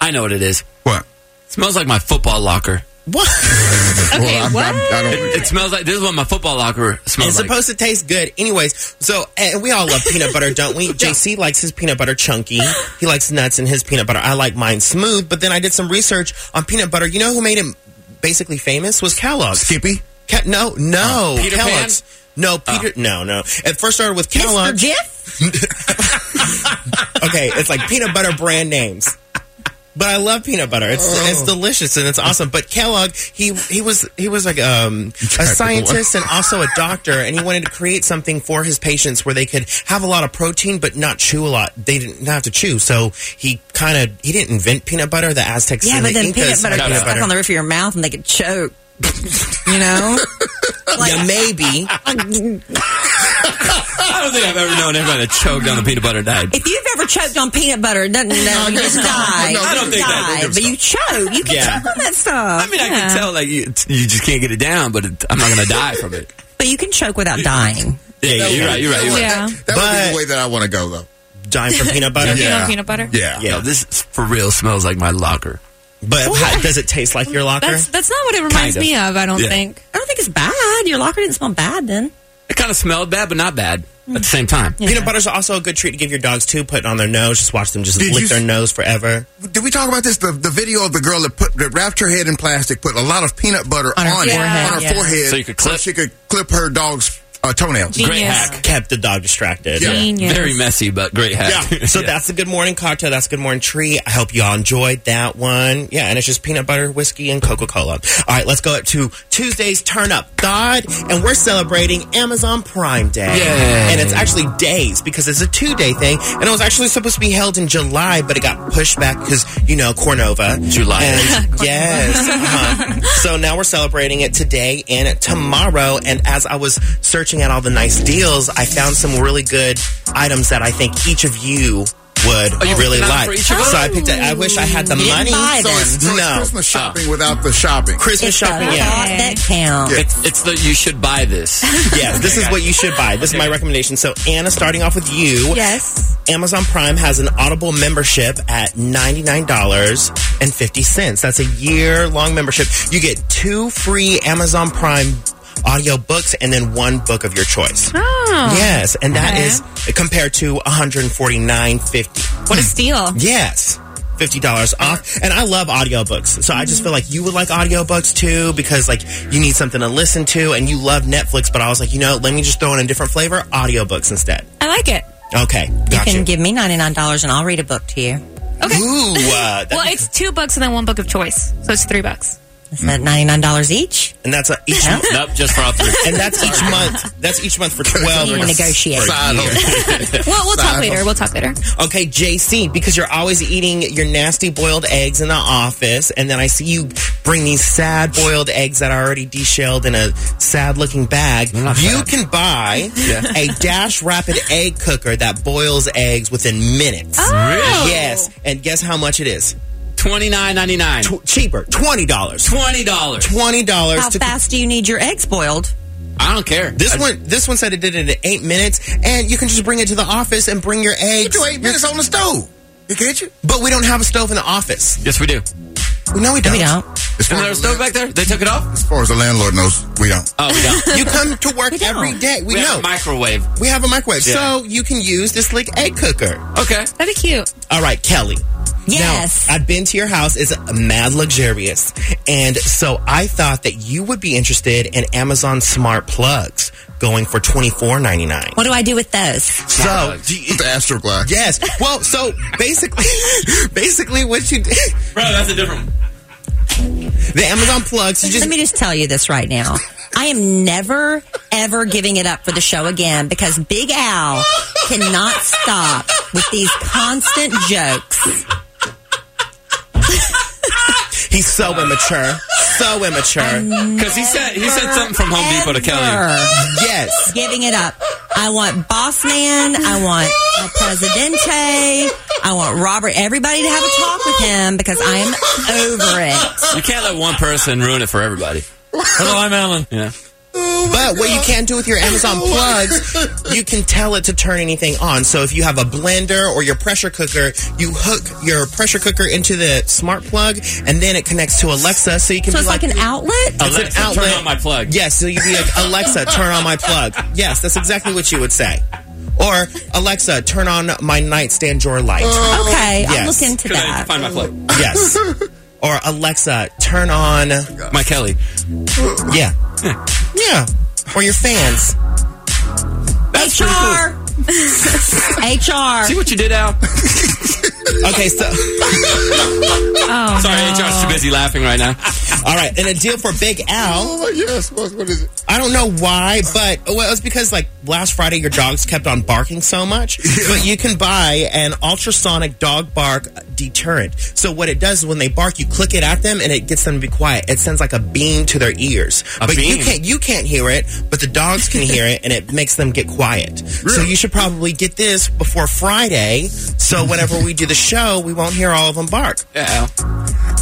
B: I know what it is.
C: What?
B: It smells like my football locker.
E: What?
F: Okay,
C: well, I'm,
F: what?
C: I'm, I don't.
B: It smells like this is what my football locker
E: It's
B: smells like.
E: supposed to taste good. Anyways, so and we all love peanut butter, don't we? JC likes his peanut butter chunky. He likes nuts in his peanut butter. I like mine smooth, but then I did some research on peanut butter. You know who made him basically famous was Kellogg's.
C: Skippy.
E: Ke- no, no.
B: Oh, Peter Pan? Oh.
E: Kellogg's. No, Peter. No, no. It first started with
D: Mr.
E: Kellogg's.
D: Jiff?
E: okay, it's like peanut butter brand names. But I love peanut butter. It's
B: Oh.
E: it's delicious and it's awesome. But Kellogg, he he was he was like um, a scientist and also a doctor, and he wanted to create something for his patients where they could have a lot of protein but not chew a lot. They didn't have to chew, so he kind of he didn't invent peanut butter. The Aztecs,
D: Yeah,
E: and
D: but
E: the
D: then peanut
E: Incas
D: butter
E: had
D: gets stuck on the roof of your mouth and they could choke. you know?
E: yeah, maybe.
B: I don't think I've ever known anybody that choked on the peanut butter diet.
D: If you've ever choked on peanut butter, it doesn't no, you just die.
B: I don't
D: You
B: think that-
D: die, But you choke. You can
E: Yeah.
D: choke on that stuff.
B: I mean, I
D: yeah.
B: can tell like you, it's- you just can't get it down, but it, I'm not going to die from it.
D: But you can choke without dying.
B: Yeah, yeah, you're right. You're right. You're right.
F: Yeah.
C: That would be
E: But-
C: the way that I want to go though.
E: Dime for peanut butter.
F: You
C: Yeah.
F: know peanut butter?
C: Yeah.
B: No, this is- for real smells like my locker.
E: But how, does it taste like your locker?
F: That's that's not what it reminds
B: Kind of.
F: me of, I don't
B: Yeah.
F: think.
D: I don't think it's bad. Your locker didn't smell bad then.
B: It kind of smelled bad, but not bad at the same time.
E: Peanut butter's also a good treat to give your dogs too. Put it on their nose. Just watch them just
C: Did
E: lick
C: you-
E: their nose forever.
C: Did we talk about this? The, the video of the girl that put that wrapped her head in plastic, put a lot of peanut butter on,
D: her
C: it
D: forehead,
C: on her
D: yeah.
C: forehead,
B: So you could clip.
C: she could clip her dog's uh, toenails.
B: Great hack.
E: Kept the dog distracted.
B: Yeah. Genius. Very messy, but great hack.
E: Yeah. So
B: Yeah.
E: that's a good morning cocktail. That's a good morning tree. I hope y'all enjoyed that one. Yeah, and it's just peanut butter, whiskey, and Coca Cola. All right, let's go up to Tuesday's Turn Up God, and we're celebrating Amazon Prime Day.
B: Yay.
E: And it's actually days because it's a two day thing, and it was actually supposed to be held in July, but it got pushed back because, you know, Cornova.
B: July.
E: And- yes. Uh-huh. So now we're celebrating it today and tomorrow. And as I was searching out all the nice deals, I found some really good items that I think each of you would
C: you
E: really
C: picked out
E: like.
C: for each
E: So
C: of us?
E: I picked it. I wish I had the
C: You didn't
E: money.
C: buy So it's- them. so it's
E: no.
C: Christmas shopping without the shopping.
E: Christmas
C: It's the
E: shopping.
C: thought
E: yeah.
C: that
D: counts.
B: It's, it's the you should buy this.
E: Yes, this is what you should buy. This is my recommendation. So, Anna, starting off with you.
D: Yes.
E: Amazon Prime has an Audible membership at $99.50. That's a year long membership. You get two free Amazon Prime audiobooks and then one book of your choice.
F: Oh.
E: Yes, and that
F: Okay.
E: is compared to 149.50.
F: What a steal.
E: Yes. $50 off. And I love audiobooks. So I
D: Mm-hmm.
E: just feel like you would like audiobooks too because like you need something to listen to and you love Netflix, but I was like, you know, let me just throw in a different flavor, audiobooks instead.
D: I like it.
E: Okay.
D: You
E: Gotcha.
D: can give me $99 and I'll read a book to you.
F: Okay.
E: Ooh, uh,
F: well, it's two bucks and then one book of choice, so it's three bucks.
D: Is that $99 each?
E: And that's uh, each
D: month.
B: nope, just for all three.
E: And that's each month. That's each month for 12
D: You
E: or
D: negotiate.
E: for a year.
F: Well, we'll talk later. We'll talk later.
E: Okay, JC, because you're always eating your nasty boiled eggs in the office, and then I see you bring these sad boiled eggs that are already deshelled in a sad looking bag. You can buy
B: Yeah.
E: a Dash Rapid Egg Cooker that boils eggs within minutes.
F: Oh.
B: Really?
E: Yes. And guess how much it is?
B: Twenty nine ninety nine.
E: Tw- cheaper, $20. $20.
B: Twenty dollars.
D: How
E: to
D: fast do you need your eggs boiled?
B: I don't care.
E: This one, this one said it did it in eight minutes, and you can just bring it to the office and bring your eggs.
C: do eight minutes on the stove. You can't you?
E: But we don't have a stove in the office.
B: Yes, we do.
E: No, we don't.
D: We don't.
C: As
B: Isn't
C: far
B: there a
C: as,
B: stove back there? They took it off.
C: as far as the landlord knows, we don't.
B: Oh, we don't.
E: You come to work every day. We,
B: We have
E: know.
B: a microwave.
E: we have a microwave,
B: Yeah.
E: so you can use this like egg cooker.
B: Okay.
F: That'd be cute.
E: All right, Kelly.
D: Yes.
E: Now, I've been to your house. It's mad luxurious. And so I thought that you would be interested in Amazon smart plugs going for twenty four ninety nine.
D: What do I do with those?
E: So do you-
C: With the Astro Glide.
E: Yes. Well, so basically, basically what you did,
B: Bro, that's a different one.
E: the Amazon plugs, you just
D: Let me just tell you this right now. I am never, ever giving it up for the show again because Big Al cannot stop with these constant jokes.
E: He's so immature. So immature.
B: Because he said he said something from Home Depot to Kelly.
D: Ever
E: Yes.
D: Giving it up. I want Boss Man. I want El Presidente. I want Robert. Everybody to have a talk with him because I am over it.
B: You can't let one person ruin it for everybody. Hello, I'm Alan. Yeah.
E: But what you can do with your Amazon plugs, you can tell it to turn anything on. So if you have a blender or your pressure cooker, you hook your pressure cooker into the smart plug and then it connects to Alexa so you can
D: So
E: be
D: it's like an outlet.
E: It's an
B: Alexa,
E: outlet.
B: turn on my plug.
E: Yes, so you'd be like, Alexa, turn on my plug. Yes, that's exactly what you would say. Or, Alexa, turn on my nightstand drawer light.
D: Okay, I'll
E: Yes.
D: look into
B: Because I need to
D: that.
B: find my plug.
E: Yes. Or, Alexa, turn on.
B: My Kelly.
E: Yeah. Yeah. Or your fans.
B: That's pretty cool.
D: HR. HR.
B: See what you did, Al?
E: Okay, so,
F: Oh,
B: Sorry, HR's too busy laughing right now.
E: all right. And a deal for Big Al.
C: Oh, yes. What, what is it?
E: I don't know why, but oh, well, it was because like last Friday your dogs kept on barking so much. But you can buy an ultrasonic dog bark deterrent. So what it does is when they bark, you click it at them and it gets them to be quiet. It sends like a beam to their ears.
B: A
E: but
B: beam?
E: you can't you can't hear it, but the dogs can hear it and it makes them get quiet. So you should probably get this before Friday. So whenever we do the show, we won't hear all of them bark.
B: Yeah, Al.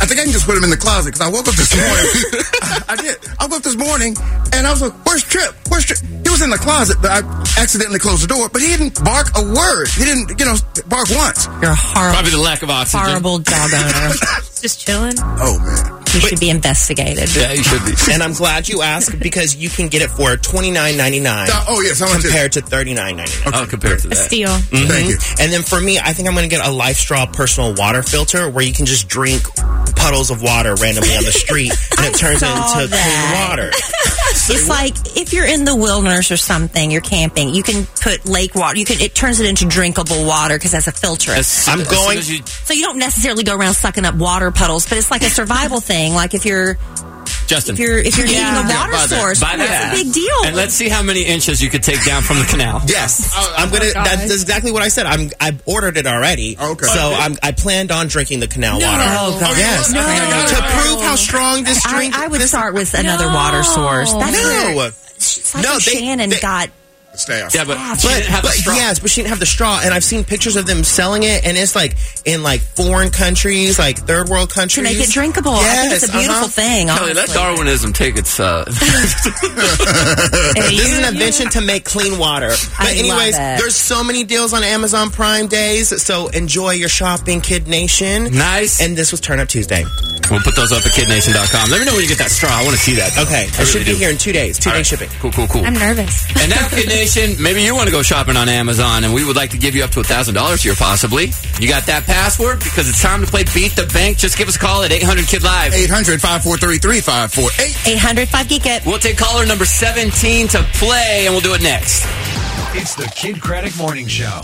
C: I think I can just put him in the closet because I woke up this morning. I, I did. I woke up this morning and I was like, "Where's Trip? Where's Trip?" He was in the closet, but I accidentally closed the door. But he didn't bark a word. He didn't, you know, bark once.
D: You're a horrible,
B: Probably the lack of oxygen.
D: horrible dog owner.
F: Just chilling.
C: Oh man.
D: You should be investigated.
B: Yeah, you should be.
E: And I'm glad you asked because you can get it for twenty nine ninety nine
C: Oh yes. How much? is it?
E: compared to thirty nine ninety nine.
B: I'll compare it to
F: A
B: that.
F: steal.
C: Thank you.
E: And then for me, I think I'm going to get a Lifestraw personal water filter where you can just drink puddles of water randomly on the street and it turns it
D: saw
E: into
D: that.
E: clean water.
D: it's like if you're in the wilderness or something, you're camping, you can put lake water. You can it turns it into drinkable water because that's a filter.
E: I'm going.
D: so you don't necessarily go around sucking up water puddles, but it's like a survival thing. Like if you're
B: Justin.
D: if you're if you're
B: Yeah.
D: needing a water
B: Buy that.
D: source,
B: Buy that.
D: that's a big deal.
B: And let's see how many inches you could take down from the canal.
E: Yes,
C: Oh,
E: I'm gonna. that's, that's exactly what I said. I'm. I ordered it already.
C: Oh,
E: Okay. So I'm. I planned on drinking the canal
D: No.
E: water.
D: Oh, God.
E: yes.
D: No.
E: To prove how strong this
D: I-
E: drink.
D: I, would start with another water source. That's
E: no.
D: where Psycho Shannon got
C: staff.
E: Yeah,
D: but she didn't have a
E: but
D: straw.
E: yes, but she didn't have the straw. And I've seen pictures of them selling it, and it's like in like foreign countries, like third world
D: to
E: countries.
D: make it drinkable. I think it's a
E: Yes,
D: beautiful
E: uh-huh.
D: thing.
B: Kelly, let Darwinism take its. Uh,
E: this is an invention to make clean water. But
D: I love
E: anyways,
D: it.
E: there's so many deals on Amazon Prime Days, so enjoy your shopping, Kid Nation.
B: Nice.
E: And this was Turn Up Tuesday.
B: we'll put those up at kidnation.com. Let me know when you get that straw. I want to see that.
E: Okay,
B: I
E: it
B: really
E: should be
B: do.
E: here in two days. Two day shipping.
B: Cool, cool, cool.
F: I'm nervous.
B: And now, Kid Nation, maybe you want to go shopping on Amazon, and we would like to give you up to $1,000 here, possibly. You got that password? Because it's time to play Beat the Bank. Just give us a call at 800 Kid Live.
C: 800 543 3548.
D: 800 5 Geek It.
B: We'll take caller number 17 to play, and we'll do it next.
A: It's the Kid Craddock Morning Show.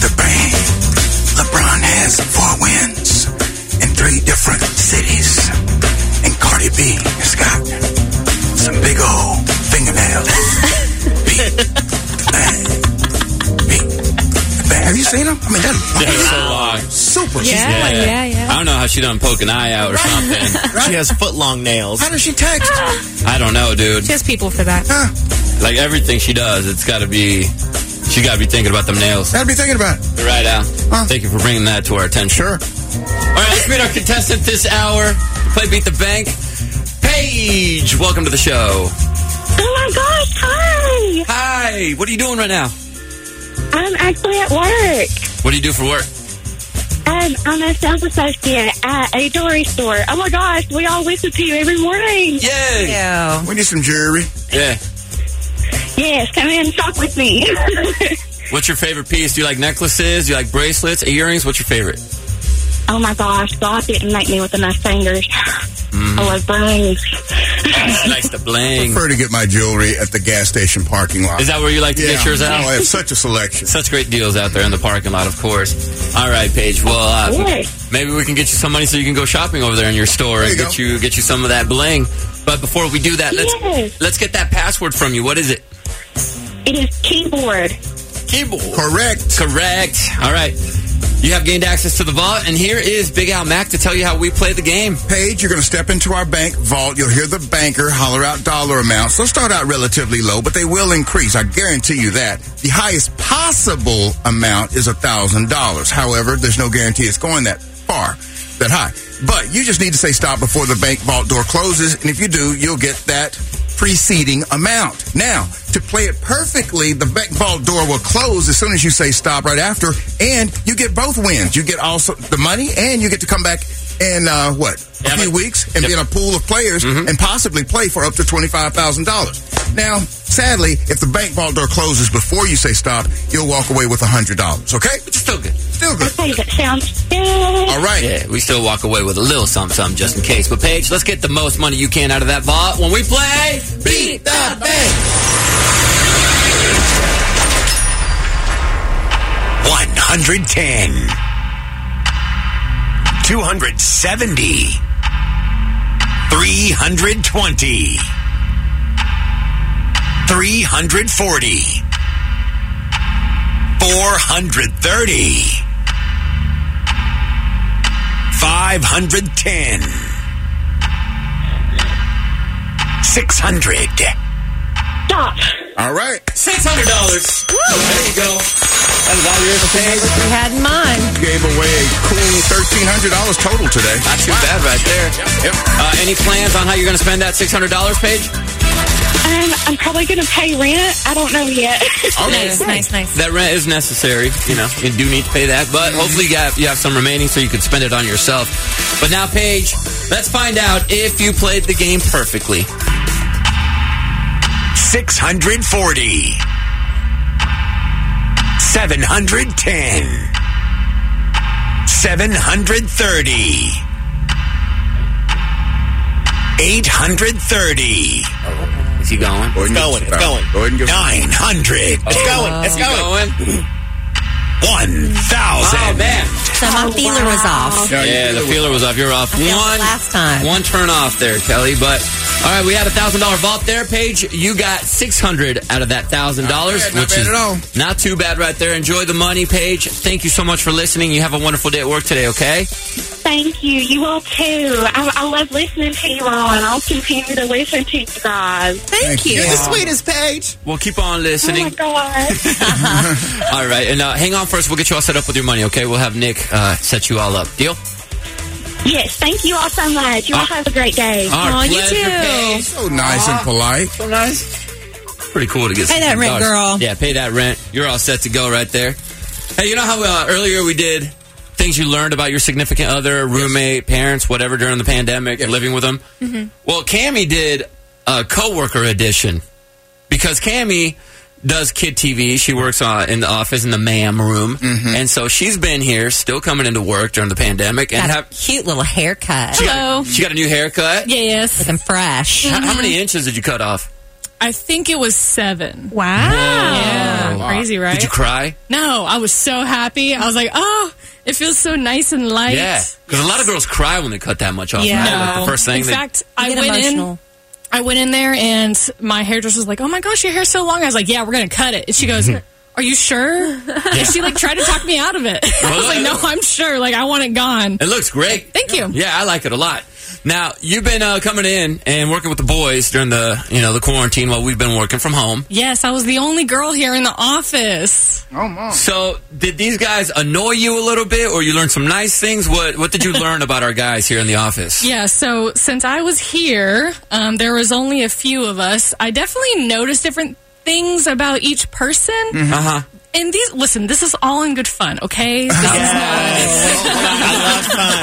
M: the bank. LeBron has four wins in three different cities. And Cardi B has got some big old fingernails. Beat the bank. Beat the bank. Have you seen him? I mean, that's
B: That's so long.
C: Super.
M: She's like-
B: I don't know how she done poke an eye out or something.
E: She has foot long nails.
C: How does she text?
B: I don't know, dude.
F: She has people for that.
B: Like everything she does, it's got to be. She got to be thinking about them nails.
C: I'd be thinking about it.
B: You're right, Al. Thank you for bringing that to our attention. Sure. All right, let's meet our contestant this hour. Play Beat the Bank. Paige, welcome to the show.
O: Oh my gosh, hi.
B: Hi. What are you doing right now?
O: I'm actually at work.
B: What do you do for work?
O: Um, I'm a sales associate at a jewelry store. Oh my gosh, we all listen to you every morning.
B: Yay.
D: Yeah.
C: We need some jewelry.
B: Yeah.
O: Yes, come in and talk with me.
B: What's your favorite piece? Do you like necklaces? Do you like bracelets, earrings? What's your favorite?
O: oh my gosh, God didn't make me with enough fingers.
C: Mm-hmm.
O: Oh, I love brains.
B: She likes the bling.
C: prefer to get my jewelry at the gas station parking lot.
B: Is that where you like to get
C: Yeah.
B: yours at?
C: Oh, I have such a selection.
B: Such great deals out there in the parking lot, of course. All right, Paige. Well, uh,
O: Yes.
B: maybe we can get you some money so you can go shopping over there in your store and
C: you
B: get you get you some of that bling. But before we do that, let's
O: Yes.
B: let's get that password from you. What is it?
O: It is keyboard.
B: Keyboard.
C: Correct.
B: Correct. All right. You have gained access to the vault, and here is Big Al Mac to tell you how we play the game.
C: Paige, you're going to step into our bank vault. You'll hear the banker holler out dollar amounts. They'll start out relatively low, but they will increase. I guarantee you that. The highest possible amount is $1,000. However, there's no guarantee it's going that far, that high. But you just need to say stop before the bank vault door closes. And if you do, you'll get that preceding amount. Now, to play it perfectly, the bank vault door will close as soon as you say stop right after, and you get both wins. You get also the money, and you get to come back in uh, what a Mm-hmm. few weeks and be in a pool of players and possibly play for up to twenty five thousand dollars. Now, sadly, if the bank vault door closes before you say stop, you'll walk away with hundred dollars. Okay,
B: It's still good.
C: still good.
O: Okay, that sounds good.
C: All right.
B: Yeah, we still walk away with a little something, something just in case. But Paige, let's get the most money you can out of that vault when we play Beat the Bank.
N: One hundred ten. Two hundred seventy. Three hundred twenty. Three hundred forty. Four hundred thirty. Five hundred ten. Six hundred.
O: Stop.
C: All right.
B: Six hundred dollars. There you go. That was all yours, Paige.
D: You had mine.
C: Gave away a cool thirteen hundred dollars total today.
B: Not too bad, right there.
C: Yep.
B: Uh, any plans on how you're going to spend that six hundred dollars, Paige?
O: Um, I'm probably going to pay rent. I don't know yet.
F: Nice, nice, nice.
B: That rent is necessary. You know, you do need to pay that, but hopefully you have, you have some remaining so you can spend it on yourself. But now, Paige, let's find out if you played the game perfectly.
N: Six hundred forty. Seven hundred ten. Six 730. 830.
B: Is he going?
N: It's
E: going. It's going.
N: Go ahead and give 900.
E: It's going. It's going.
N: 1,000.
B: Oh, man.
D: So my feeler was off.
B: Yeah, the feeler was off. You're off.
D: I failed
B: One
D: last time.
B: One turn off there, Kelly. But all right, we had a thousand dollar vault there, Paige. You got six hundred out of that thousand dollars,
C: Not bad, not
B: which
C: bad
B: is
C: at all.
B: not too bad right there. Enjoy the money, Paige. Thank you so much for listening. You have a wonderful day at work today. Okay.
G: Thank you. You all too. I, I love listening to you all, and I'll continue to listen to you guys.
D: Thank you.
E: You're the sweetest, Paige.
B: Well, keep on
G: Oh my
B: listening.
G: God.
B: all right, and uh, hang on first. We'll get you all set up with your money. Okay. We'll have Nick uh, set you all up. Deal.
G: yes, thank you all so much. You all have a great day.
B: Our
D: Aw, you
B: pleasure,
D: too.
B: Paige.
C: So nice and polite.
B: So nice. Pretty cool to get.
D: Pay that rent,
B: $600.
D: girl.
B: Yeah, pay that rent. You're all set to go right there. Hey, you know how uh, earlier we did things you learned about your significant other, roommate, parents, whatever during the pandemic, living with them.
D: Mm-hmm.
F: Mm-hmm.
B: Well, Cammy did a coworker edition because Cammy does kid TV. She works on, in the office in the ma'am room,
C: Mm-hmm.
B: and so she's been here, still coming into work during the pandemic, and
D: Got a
B: have,
D: cute little haircut.
B: she, got,
F: Hello.
B: she got a new haircut.
F: Yes.
D: Looking fresh.
B: How, how many inches did you cut off?
Q: I think it was seven.
F: Wow.
Q: Yeah, crazy, right?
B: Did you cry?
Q: no, I was so happy. I was like, oh, it feels so nice and light.
B: Yeah, because a lot of girls cry when they cut that much off.
Q: Yeah.
B: right? Like the first thing.
Q: In
B: they-
Q: fact,
D: You
Q: I
D: get
Q: went
D: emotional.
Q: in. I went in there and my hairdresser was like, "Oh my gosh, your hair's so long." I was like, "Yeah, we're gonna cut it." And she
B: Hmm.
Q: goes, "Are you sure?" And she like tried to talk me out of it. I was like, "No, I'm sure. Like, I want it gone."
B: it looks great.
Q: Thank you.
B: Yeah, I like it a lot. Now you've been uh, coming in and working with the boys during the you know the quarantine while we've been working from home.
Q: Yes, I was the only girl here in the office.
C: Oh, mom.
B: So did these guys annoy you a little bit, or you learned some nice things? What What did you learn about our guys here in the office?
Q: Yeah, so since I was here, um, there was only a few of us. I definitely noticed different things about each person.
B: Uh huh.
Q: And these, listen, this is all in good fun, okay? This is not.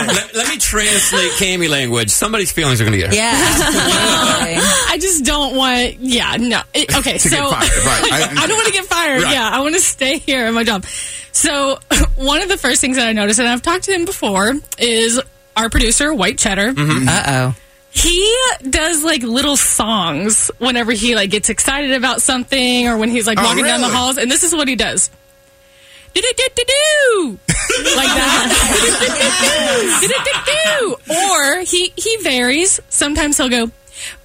B: Let, let me translate Cammy language. Somebody's feelings are going to get hurt.
D: Yeah. absolutely.
Q: I just don't want. Yeah, no. It- okay,
C: To
Q: so
C: get fired, right.
Q: I,
C: I-
Q: don't want to get fired.
C: Right.
Q: Yeah, I want to stay here at my job. So one of the first things that I noticed, and I've talked to him before, is our producer White Cheddar.
C: Mm-hmm.
D: Uh oh.
Q: He does like little songs whenever he like gets excited about something or when he's like
C: Oh,
Q: walking down the
C: really?
Q: halls, and this is what he does. Do-do-do-do-do. like that. Do-do-do-do. or he he varies. Sometimes he'll go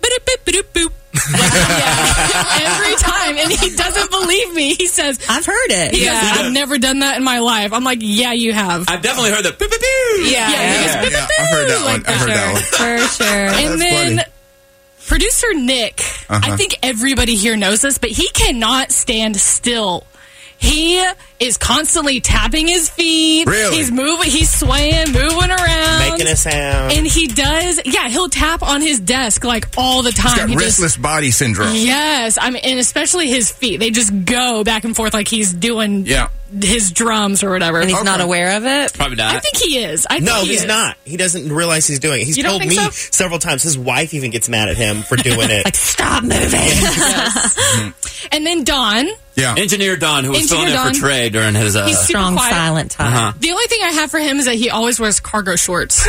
Q: boop. Every time, and he doesn't believe me. He says,
D: I've heard it.
Q: "Yeah, I've never done that in my life." I'm like, "Yeah, you have."
B: I've definitely heard the pew, pew,
Q: yeah,
B: pew.
Q: he goes,
C: Yeah, yeah, I've heard that one. I've heard that one.
Q: for sure.
C: That's
Q: And then
C: funny. Uh-huh.
Q: producer Nick, I think everybody here knows this, but he cannot stand still. He is constantly tapping his feet.
C: Really?
Q: He's moving, he's swaying, moving around.
E: Making a sound.
Q: and he does, yeah, he'll tap on his desk like all the time.
C: He's got
Q: He just-
C: restless body syndrome.
Q: Yes, I mean, and especially his feet. They just go back and forth like he's doing
C: Yeah.
Q: his drums or whatever.
D: And he's not aware of it.
B: Probably not.
Q: I think he is. I think
E: No,
Q: he
E: he's
Q: is.
E: not. He doesn't realize he's doing it. He's
Q: You don't
E: told
Q: think
E: me
Q: so?
E: several times. His wife even gets mad at him for doing
D: Like,
E: it.
D: stop moving.
Q: And then Don,
C: Yeah.
B: Engineer Don, who was filling in
Q: Engineer
B: for
Q: Don.
B: Trey during his uh,
Q: He's super
D: Strong,
Q: quiet.
D: silent time.
B: Uh-huh.
Q: The only thing I have for him is that he always wears cargo shorts.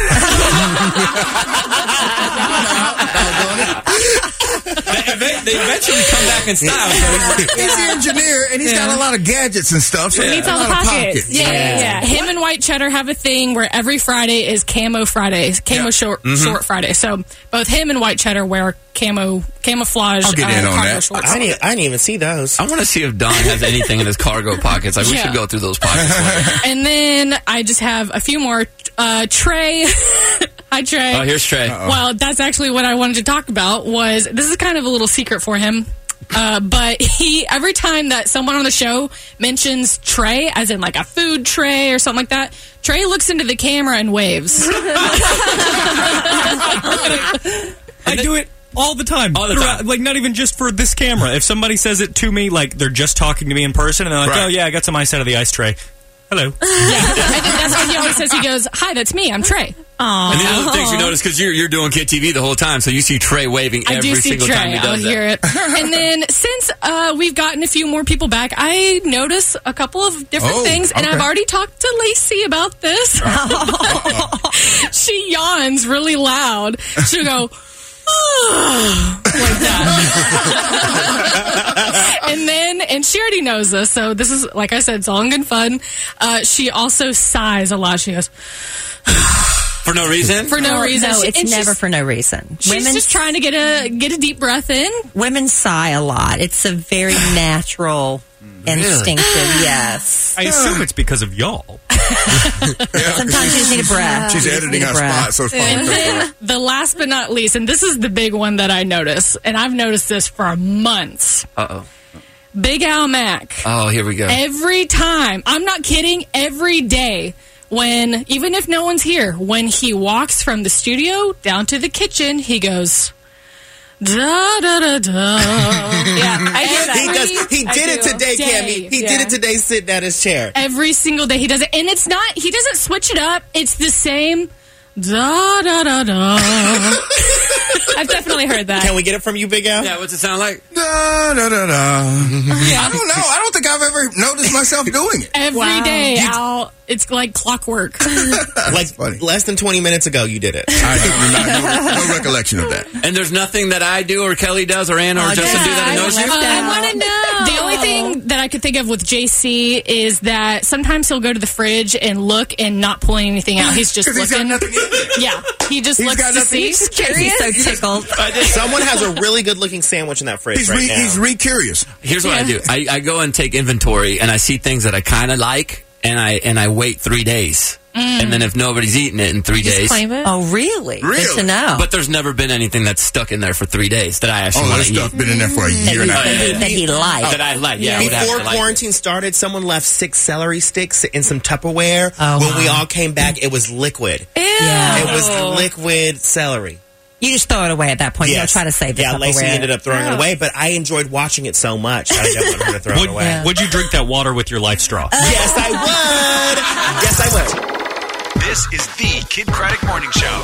B: they, they eventually come back in style. so it's-
C: He's the engineer, and he's got a lot of gadgets and stuff. So
Q: Needs
C: he's got
Q: all
C: a
Q: the
C: lot of
Q: pockets. Yeah, yeah, yeah. Him and White Cheddar have a thing where every Friday is camo Friday, camo
C: Mm-hmm.
Q: short short Friday. So both him and White Cheddar wear camo camouflage
C: I'll get
Q: uh,
C: in on
Q: cargo
C: that.
Q: shorts.
E: I didn't, I didn't even see those.
B: I want to see if Don has anything in his cargo pockets. Like we
Q: Yeah.
B: should go through those pockets. later.
Q: And then I just have a few more. Uh, Trey, hi Trey.
B: oh, here's Trey.
Q: Well, that's actually what I wanted to talk about. Was this is kind of a little secret for him, uh, but he every time that someone on the show mentions tray, as in like a food tray or something like that, Trey looks into the camera and waves.
P: I do it all the time.
B: All the time.
P: Throughout- Like, not even just for this camera. If somebody says it to me, like, they're just talking to me in person, and they're like,
C: Right.
P: oh, yeah, I got some ice out of the ice tray. Hello.
Q: and then that's what he always says. He goes, "Hi, that's me. I'm Trey." Aww.
B: And these are the things you notice because you're you're doing kid TV the whole time, so you see Trey waving
Q: I
B: every
Q: do see
B: single
Q: Trey.
B: time he
Q: I'll
B: does that.
Q: hear it. And then since uh, we've gotten a few more people back, I notice a couple of different
C: Oh,
Q: things, and
C: okay.
Q: I've already talked to Lacey about this.
B: Oh.
Q: yawns really loud, she'll go, "Ah," like that. and then, and she already knows this, so this is, like I said, it's all in good fun. Uh, she also sighs a lot. She goes,
B: For no reason?
Q: For no
D: Oh,
Q: reason.
D: No,
Q: She-
D: it's
Q: and she's-
D: never for no reason.
Q: She's
D: Women
Q: just trying to get a get a deep breath in.
D: women sigh a lot. It's a very natural instinctive. Yes.
P: I assume it's because of y'all.
D: Sometimes you just need a breath.
C: She's
D: You just
C: editing
D: need a
C: our
D: breath.
C: spot, so it's fine.
Q: And then the last but not least, and this is the big one that I notice, and I've noticed this for months.
B: Uh oh.
Q: Big Al Mac.
B: Oh, here we go.
Q: Every time, I'm not kidding, every day when even if no one's here, when he walks from the studio down to the kitchen, he goes da da da da. yeah, I hear that.
E: He does. He
Q: I
E: did it
Q: do.
E: today,
Q: Day,
E: Cammy. He
Q: yeah.
E: did it today, sitting at his chair.
Q: Every single day he does it, and it's not. He doesn't switch it up. It's the same. Da da da da. I've definitely heard that.
E: Can we get it from you, Big Al?
B: Yeah, what's it sound like?
C: Da, da, da, da.
Q: Yeah.
C: I don't know. I don't think I've ever noticed myself doing it.
Q: Every
C: Wow.
Q: day,
C: You-
Q: Al. It's like clockwork. Uh,
E: Like less than twenty minutes ago, you did it.
C: no recollection of that.
B: And there's nothing that I do or Kelly does or
Q: Oh,
B: Ann or Justin do that annoys you?
Q: want to know. The only thing that I could think of with JC is that sometimes he'll go to the fridge and look and not pulling anything out. He's just
C: 'Cause he's got
Q: looking. yeah, he just
C: He's
Q: looks
C: got
Q: to
C: nothing.
Q: see.
C: He's just
D: He's so tickled.
E: Someone has a really good looking sandwich in that fridge
C: He's
E: right
C: re-
E: now.
C: he's re curious.
B: Here's what I do. I, I go and take inventory and I see things that I kind of like and I and I wait three days.
D: Mm.
B: And then if nobody's eaten it in three days,
D: Oh, really? Good to know.
B: But there's never been anything that's stuck in there for three days that I actually
C: Oh,
B: want
C: that
B: to eat.
C: stuff been in there for a year and a half.
D: That he liked.
B: That I like. Yeah, I would have
E: Oh. Before
B: to like
E: quarantine started, someone left six celery sticks in some Tupperware. when we all came back, it was liquid. It was
G: Oh.
E: liquid celery.
D: You just throw it away at that point. You
E: Yes.
D: don't try to save the
E: Yeah, Lacey
D: Tupperware.
E: ended up throwing it away, but I enjoyed watching it so much. I don't want her to throw
P: Would,
E: it away.
P: would you drink that water with your life straw?
E: Yes, I would. Yes, I would.
A: This is the Kid Craddock Morning Show.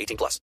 I: 18 plus.